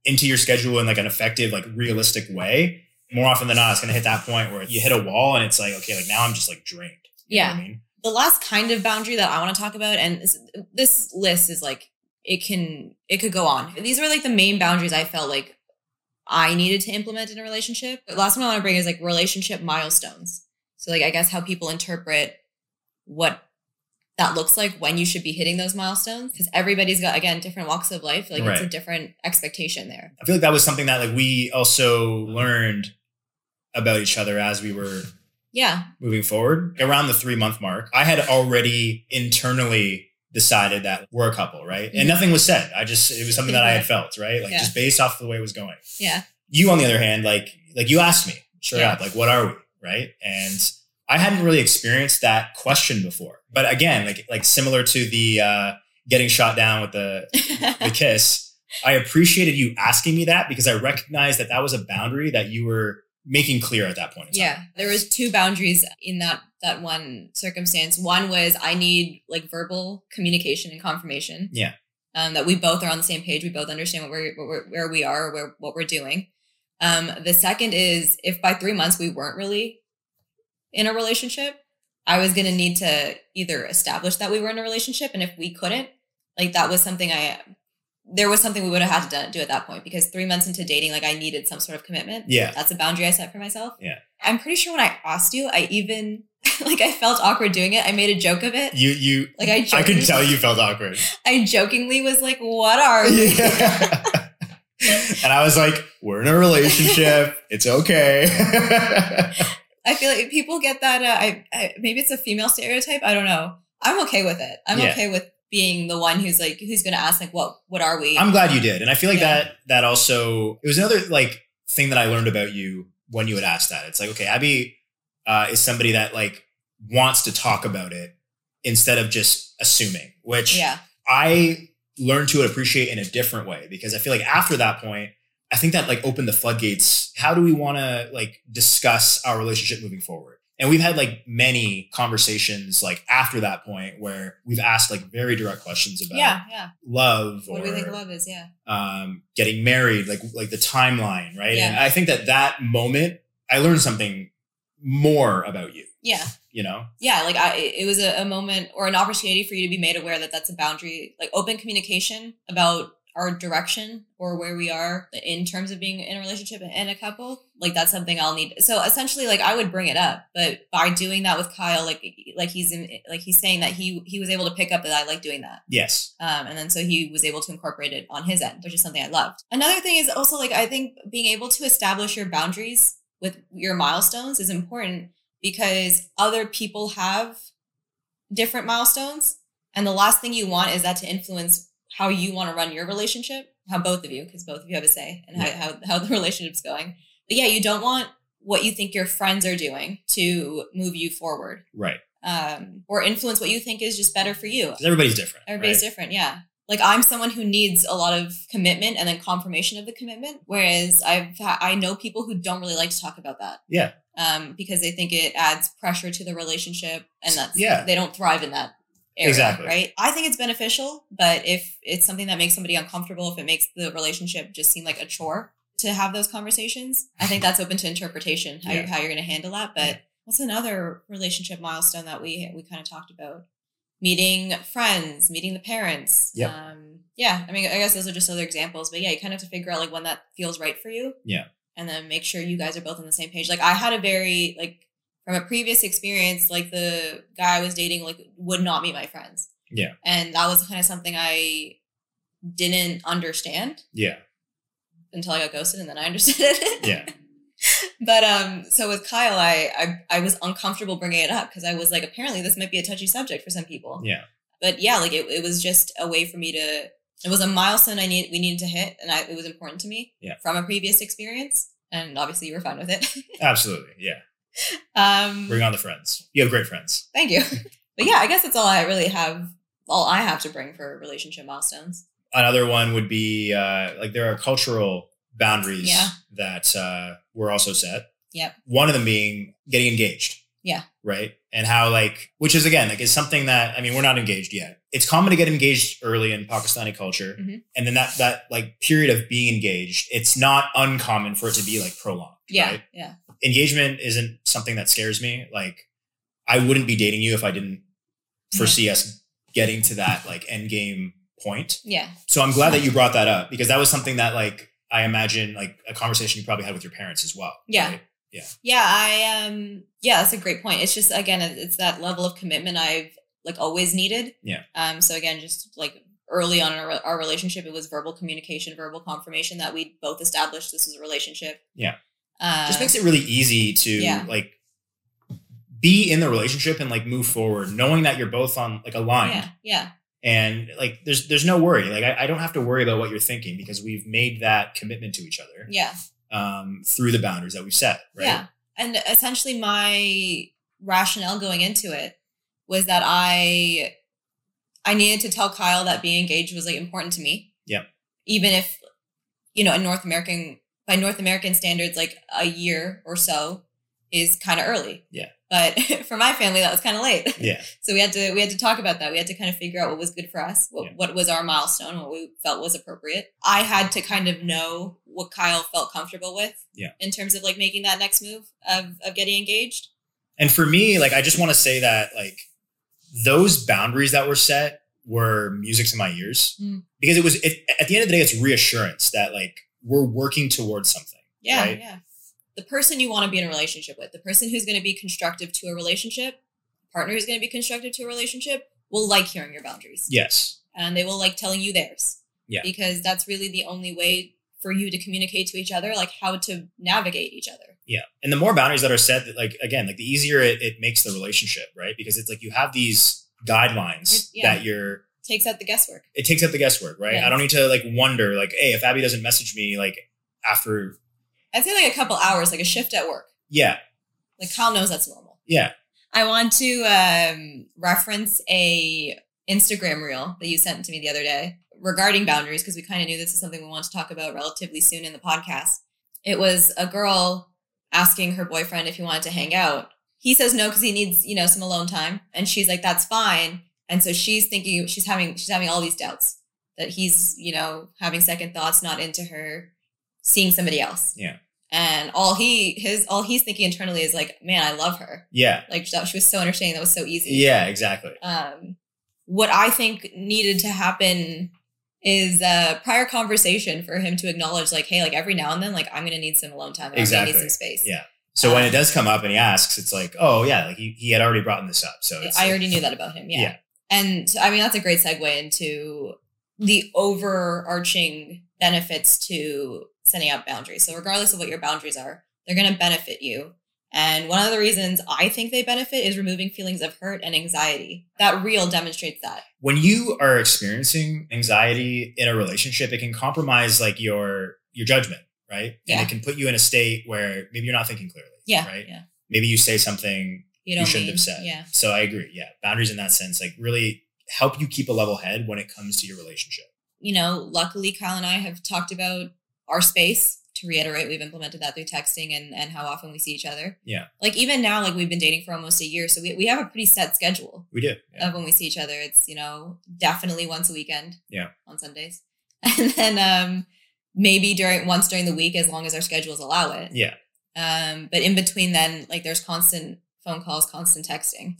S3: into your schedule in like an effective like realistic way more often than not it's going to hit that point where you hit a wall and it's like okay like now i'm just like drained You know
S1: yeah
S3: what i mean
S1: the last kind of boundary that I want to talk about, and this, this list is like it can it could go on. These were like the main boundaries I felt like I needed to implement in a relationship. The last one I want to bring is like relationship milestones. So like I guess how people interpret what that looks like when you should be hitting those milestones because everybody's got again different walks of life. Like it's a
S3: Right.
S1: different expectation there.
S3: i feel like that was something that like we also learned about each other as we were
S1: Yeah,
S3: moving forward around the three month mark i had already internally decided that we're a couple right
S1: Mhm.
S3: and nothing was said i just it was something that i had felt right like
S1: Yeah.
S3: just based off the way it was going
S1: yeah, *laughs*
S3: you on the other hand like like you asked me straight
S1: Yeah.
S3: up like what are we right and i hadn't really experienced that question before but again like like similar to the uh getting shot down with the
S1: *laughs*
S3: the kiss i appreciated you asking me that because i recognized that that was a boundary that you were making clear at that point in time.
S1: yeah. There was two boundaries in that that one circumstance. One was I need like verbal communication and confirmation.
S3: Yeah.
S1: Um, that we both are on the same page. We both understand what we're, what we're where we are, where what we're doing. Um, the second is if by three months we weren't really in a relationship, I was going to need to either establish that we were in a relationship, and if we couldn't, like that was something I there was something we would have had to done- do at that point because three months into dating, like I needed some sort of commitment.
S3: yeah
S1: That's a boundary I set for myself.
S3: Yeah.
S1: I'm pretty sure when I asked you, I even *laughs* like I felt awkward doing it. I made a joke of it.
S3: you you
S1: Like I
S3: i
S1: jokingly,
S3: could tell you felt
S1: *laughs*
S3: awkward *laughs*
S1: I jokingly was like, "What are we?"
S3: Yeah. and i was like we're in a relationship it's okay *laughs*
S1: I feel like people get that. Uh, I, I maybe it's a female stereotype. I don't know. I'm okay with it. I'm
S3: Yeah.
S1: okay with being the one who's like, who's going to ask like, "What? What are we?"
S3: I'm glad you did. And I feel like
S1: Yeah.
S3: that that also it was another like thing that I learned about you when you had asked that. It's like, okay, Abby uh, is somebody that like wants to talk about it instead of just assuming, which
S1: yeah,
S3: I learned to appreciate in a different way because I feel like after that point, I think that like opened the floodgates. How do we want to like discuss our relationship moving forward? And we've had like many conversations like after that point where we've asked like very direct questions about
S1: yeah, yeah.
S3: love
S1: What
S3: or
S1: do we think love is? Yeah,
S3: um, getting married, like like the timeline, right?
S1: Yeah.
S3: And I think that that moment, I learned something more about you,
S1: yeah
S3: you know?
S1: yeah like i it was a, a moment or an opportunity for you to be made aware that that's a boundary like open communication about our direction or where we are in terms of being in a relationship and a couple like that's something i'll need so essentially like i would bring it up but by doing that with kyle like like he's in like he's saying that he he was able to pick up that i like doing that
S3: Yes.
S1: um, and then so he was able to incorporate it on his end, which is something I loved. Another thing is also like I think being able to establish your boundaries with your milestones is important because other people have different milestones. And the last thing you want is that to influence how you want to run your relationship, how both of you, because both of you have a say and how, how, how the *laughs* relationship's going. But yeah, you don't want what you think your friends are doing to move you forward
S3: Right.
S1: um, or influence what you think is just better for you.
S3: 'Cause everybody's different.
S1: Everybody's
S3: right?
S1: different, yeah. Like I'm someone who needs a lot of commitment and then confirmation of the commitment, whereas I've ha- I know people who don't really like to talk about that.
S3: Yeah.
S1: Um, because they think it adds pressure to the relationship, and that's
S3: Yeah.
S1: they don't thrive in that area,
S3: Exactly.
S1: right? I think it's beneficial, but if it's something that makes somebody uncomfortable, if it makes the relationship just seem like a chore to have those conversations, I think that's open to interpretation how
S3: Yeah.
S1: you, how you're going to handle that. But what's another relationship milestone that we we kind of talked about? meeting friends, meeting the parents.
S3: Yep.
S1: Um, yeah. I mean, I guess those are just other examples, but yeah, you kind of have to figure out like when that feels right for you.
S3: Yeah.
S1: And then make sure you guys are both on the same page. Like I had a very like from a previous experience, like the guy I was dating like would not meet my friends.
S3: Yeah.
S1: And that was kind of something I didn't understand
S3: Yeah.
S1: until I got ghosted and then I *laughs* understood it.
S3: Yeah.
S1: But um, so with Kyle, I I, I was uncomfortable bringing it up because I was like, apparently this might be a touchy subject for some people.
S3: Yeah.
S1: But yeah, like it, it was just a way for me to. It was a milestone I need we needed to hit, and I, it was important to me
S3: Yeah.
S1: from a previous experience. And obviously, you were fine with it. *laughs*
S3: Absolutely. Yeah.
S1: um,
S3: Bring on the friends. You have great friends.
S1: thank you. *laughs* but yeah, I guess that's all I really have. All I have to bring for relationship milestones.
S3: Another one would be uh, like there are cultural boundaries
S1: Yeah.
S3: that uh, were also set.
S1: Yep.
S3: One of them being getting engaged.
S1: Yeah.
S3: Right. And how like which is again like is something that I mean we're not engaged yet. It's common to get engaged early in Pakistani culture,
S1: Mhm.
S3: and then that that like period of being engaged, it's not uncommon for it to be like prolonged.
S1: Yeah,
S3: Right?
S1: yeah,
S3: Engagement isn't something that scares me. Like I wouldn't be dating you if I didn't foresee us getting to that like end game point.
S1: yeah,
S3: So I'm glad that you brought that up because that was something that like I imagine like a conversation you probably had with your parents as well.
S1: Yeah.
S3: right?
S1: yeah. I um, yeah, that's a great point. It's just again, it- it's that level of commitment I've like always needed.
S3: Yeah.
S1: Um. So again, just like early on in our, our relationship, it was verbal communication, verbal confirmation that we both established this was a relationship.
S3: Yeah.
S1: Uh,
S3: Just makes it really easy to
S1: Yeah.
S3: like be in the relationship and like move forward, knowing that you're both on like aligned.
S1: Yeah. Yeah.
S3: And like there's there's no worry. Like I, I don't have to worry about what you're thinking because we've made that commitment to each other
S1: Yeah.
S3: um through the boundaries that we've set. Right.
S1: Yeah. And essentially, my rationale going into it was that I I needed to tell Kyle that being engaged was like important to me.
S3: Yep.
S1: Even if you know, in North American by North American standards, like a year or so is kind of early.
S3: Yeah.
S1: But *laughs* for my family, that was kind of late.
S3: Yeah.
S1: So we had to we had to talk about that. We had to kind of figure out what was good for us, what,
S3: Yeah.
S1: what was our milestone, what we felt was appropriate. I had to kind of know what Kyle felt comfortable with
S3: Yeah.
S1: in terms of like making that next move of of getting engaged.
S3: And for me, like I just want to say that like those boundaries that were set were music to my ears
S1: Mm.
S3: because it was it, at the end of the day, it's reassurance that like we're working towards something.
S1: Yeah,
S3: Right.
S1: yeah. The person you want to be in a relationship with, the person who's going to be constructive to a relationship, partner who's going to be constructive to a relationship, will like hearing your boundaries.
S3: Yes,
S1: and they will like telling you theirs.
S3: Yeah.
S1: Because that's really the only way for you to communicate to each other, like how to navigate each other.
S3: yeah. And the more boundaries that are set, that, like again, like the easier it, it makes the relationship, right? Because it's like you have these guidelines
S1: It's- yeah.
S3: that you're.
S1: Takes out the guesswork.
S3: It takes out the guesswork, right?
S1: Yes.
S3: I don't need to like wonder, like, hey, if Abby doesn't message me, like after,
S1: I'd say like a couple hours, like a shift at work.
S3: yeah,
S1: Like Kyle knows that's normal.
S3: yeah,
S1: I want to um, reference a Instagram reel that you sent to me the other day regarding boundaries because we kind of knew this is something we want to talk about relatively soon in the podcast. It was a girl asking her boyfriend if he wanted to hang out. He says no because he needs you know some alone time, and she's like that's fine. And so she's thinking she's having she's having all these doubts that he's you know having second thoughts, not into her, seeing somebody else.
S3: Yeah.
S1: and all he his all he's thinking internally is like, man, I love her.
S3: Yeah.
S1: Like that she was so understanding. That was so easy.
S3: Yeah, exactly.
S1: Um, what I think needed to happen is uh prior conversation for him to acknowledge like, hey, like every now and then, like I'm gonna need some alone time. and I'm
S3: Exactly.
S1: gonna need some space.
S3: Yeah. So when it does come up and he asks, it's like, oh yeah, like he, he had already brought this up. So it's
S1: I
S3: like-
S1: already knew that about him. Yeah.
S3: Yeah.
S1: And I mean, that's a great segue into the overarching benefits to setting out boundaries. So, regardless of what your boundaries are, they're going to benefit you. And one of the reasons I think they benefit is removing feelings of hurt and anxiety. That reel demonstrates that.
S3: when you are experiencing anxiety in a relationship, it can compromise like your your judgment, right?
S1: Yeah.
S3: And it can put you in a state where maybe you're not thinking clearly.
S1: Yeah.
S3: Right.
S1: Yeah.
S3: Maybe you say something
S1: You
S3: you,
S1: don't
S3: shouldn't
S1: mean-
S3: have said.
S1: Yeah.
S3: So I agree. Yeah. Boundaries in that sense, like really help you keep a level head when it comes to your relationship.
S1: You know, luckily, Kyle and I have talked about our space. To reiterate, we've implemented that through texting and, and how often we see each other.
S3: Yeah.
S1: Like, even now, like, we've been dating for almost a year. So, we, we have a pretty set schedule.
S3: We do. Yeah.
S1: of when we see each other. It's, you know, definitely once a weekend.
S3: Yeah.
S1: On Sundays. *laughs* And then um maybe during once during the week as long as our schedules allow it.
S3: Yeah.
S1: Um, but in between then, like there's constant phone calls, constant texting.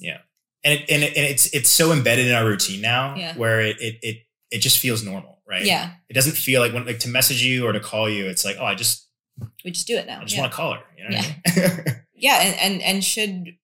S3: And it, and, it, and it's it's so embedded in our routine now
S1: Yeah.
S3: where it, it it it just feels normal, right?
S1: Yeah.
S3: It doesn't feel like when like to message you or to call you, it's like, oh, I just
S1: We just do it now.
S3: I just
S1: yeah.
S3: want to call her. You know what I mean?
S1: yeah, and, and and should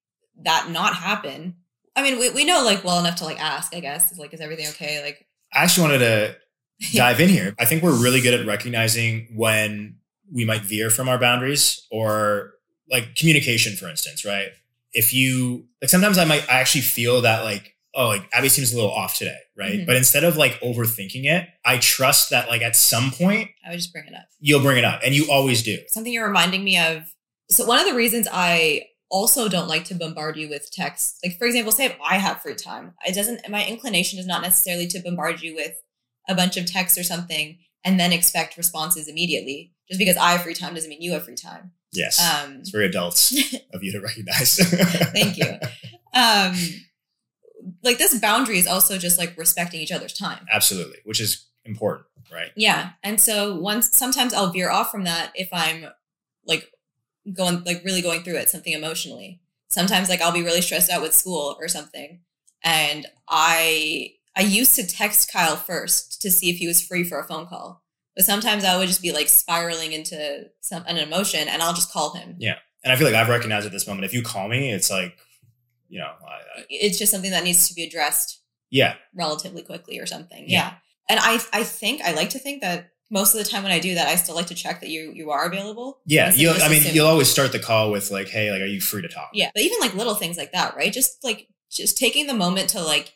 S1: that not happen? I mean, we, we know like well enough to like ask, I guess. Is like, is everything okay? Like
S3: I actually wanted to
S1: *laughs* Yeah.
S3: dive in here. I think we're really good at recognizing when we might veer from our boundaries or like communication, for instance, right? If you like sometimes I might I actually feel that like, oh, like Abby seems a little off today, right?
S1: Mhm.
S3: But instead of like overthinking it, I trust that like at some point
S1: I would just bring it up.
S3: you'll bring it up and you always do.
S1: something you're reminding me of. So one of the reasons I also don't like to bombard you with texts, like for example, say if I have free time, it doesn't. My inclination is not necessarily to bombard you with a bunch of texts or something and then expect responses immediately. Just because I have free time doesn't mean you have free time.
S3: Yes.
S1: Um,
S3: it's very
S1: *laughs*
S3: adults of you to recognize. *laughs*
S1: thank you. Um, like this boundary is also just like respecting each other's time.
S3: Absolutely, which is important, right?
S1: Yeah. And so once sometimes I'll veer off from that if I'm like going like really going through it, something emotionally. Sometimes like I'll be really stressed out with school or something. And I I used to text Kyle first to see if he was free for a phone call. But sometimes I would just be like spiraling into some an emotion and I'll just call him.
S3: And I feel like I've recognized at this moment, if you call me, it's like, you know, I, I,
S1: It's just something that needs to be addressed
S3: yeah,
S1: relatively quickly or something.
S3: Yeah.
S1: Yeah. And I I think I like to think that most of the time when I do that, I still like to check that you you are available.
S3: Yeah,
S1: Instead
S3: you.
S1: of just
S3: I mean,
S1: assuming.
S3: you'll always start the call with like, "Hey, like, are you free to talk?"
S1: Yeah. But even like little things like that, right? Just like just taking the moment to like,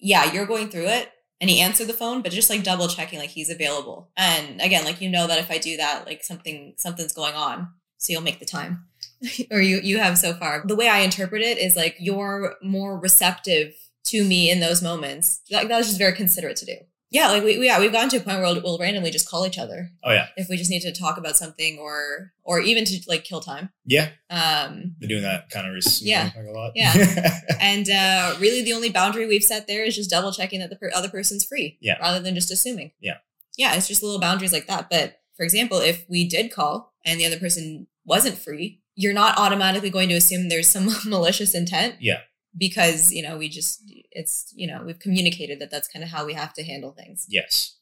S1: yeah, you're going through it. And he answered the phone, but just like double checking like he's available. And again, like you know that if I do that, like something something's going on. So you'll make the time. *laughs* or you you have so far. The way I interpret it is like you're more receptive to me in those moments. Like that was just very considerate to do. Yeah, like we, we yeah, we've gotten to a point where we'll, we'll randomly just call each other
S3: Oh yeah,
S1: if we just need to talk about something or or even to like kill time.
S3: yeah.
S1: Um
S3: They're doing that kind of recently.
S1: Yeah.
S3: like, a lot.
S1: Yeah. and uh, really the only boundary we've set there is just double checking that the per- other person's free
S3: Yeah.
S1: rather than just assuming
S3: Yeah.
S1: yeah it's just little boundaries like that but for example if we did call and the other person wasn't free you're not automatically going to assume there's some *laughs* malicious intent
S3: Yeah.
S1: because you know we just it's you know we've communicated that that's kind of how we have to handle things
S3: *laughs* yes.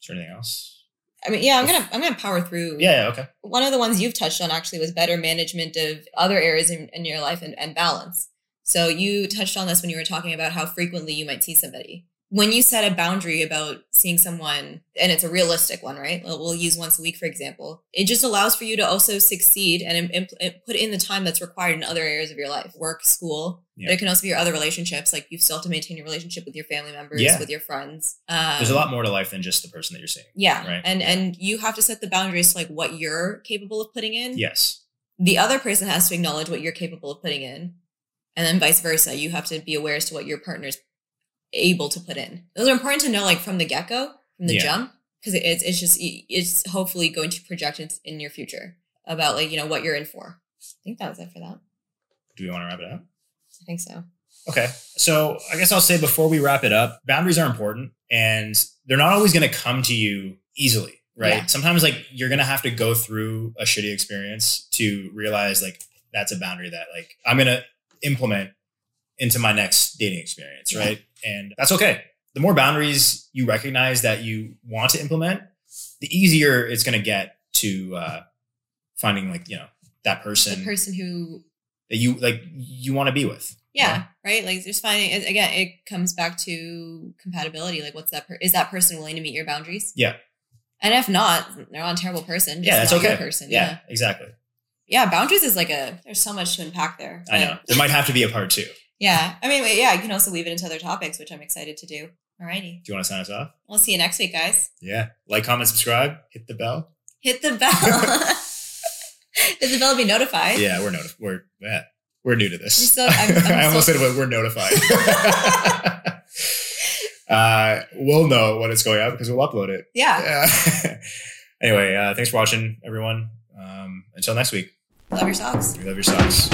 S3: Is there anything else?
S1: i mean yeah i'm gonna i'm gonna power through
S3: Yeah. yeah, Okay.
S1: one of the ones you've touched on actually was better management of other areas in, in your life and, and balance. So you touched on this when you were talking about how frequently you might see somebody. When you set a boundary about seeing someone, and it's a realistic one, right? We'll we'll use once a week, for example. It just allows for you to also succeed and im- impl- and put in the time that's required in other areas of your life, work, school.
S3: Yeah.
S1: But it can also be your other relationships. Like you still have to maintain your relationship with your family members,
S3: Yeah.
S1: with your friends. Um,
S3: There's a lot more to life than just the person that you're seeing.
S1: Yeah.
S3: Right.
S1: And and you have to set the boundaries to like what you're capable of putting in
S3: Yes.
S1: the other person has to acknowledge what you're capable of putting in and then vice versa you have to be aware as to what your partner's able to put in those are important to know like from the get-go from the
S3: Yeah.
S1: jump because it, it's, it's just it's hopefully going to project in, in your future about like you know what you're in for i think that was it for that i
S3: Do we want to wrap it up?
S1: think so
S3: Okay. So I guess I'll say before we wrap it up, boundaries are important and they're not always going to come to you easily, right?
S1: Yeah.
S3: Sometimes like you're gonna have to go through a shitty experience to realize like that's a boundary that like I'm gonna implement into my next dating experience,
S1: Yeah.
S3: right? And that's okay. The more boundaries you recognize that you want to implement, the easier it's gonna get to uh, finding like you know that person,
S1: the person who
S3: that you like you want to be with.
S1: yeah,
S3: Yeah.
S1: right like just finding it- again it comes back to compatibility like what's that per- is that person willing to meet your boundaries
S3: Yeah.
S1: and if not they're not a terrible person just
S3: yeah, that's
S1: not your
S3: okay.
S1: person
S3: yeah,
S1: yeah.
S3: exactly.
S1: yeah boundaries is like a there's so much to unpack there
S3: I
S1: but-
S3: know there might have to be a part two. Do
S1: yeah i mean wait, yeah you can also weave it into other topics which i'm excited to do alrighty
S3: you want to sign us off?
S1: we'll see you next week guys
S3: Yeah. Like, comment, subscribe, hit the bell.
S1: hit the
S3: *laughs*
S1: bell *laughs* Does the bell be notified
S3: Yeah, we're notified. We're yeah, we're new to this.
S1: You're so- Eh? I'm-
S3: *laughs*
S1: I'm
S3: I almost
S1: so-
S3: said we're notified.
S1: *laughs*
S3: *laughs* uh, we'll know when it's going up because we'll upload it.
S1: yeah
S3: Yeah. *laughs* anyway, uh, thanks for watching, everyone. Um, until next week,
S1: love your socks
S3: we love your socks.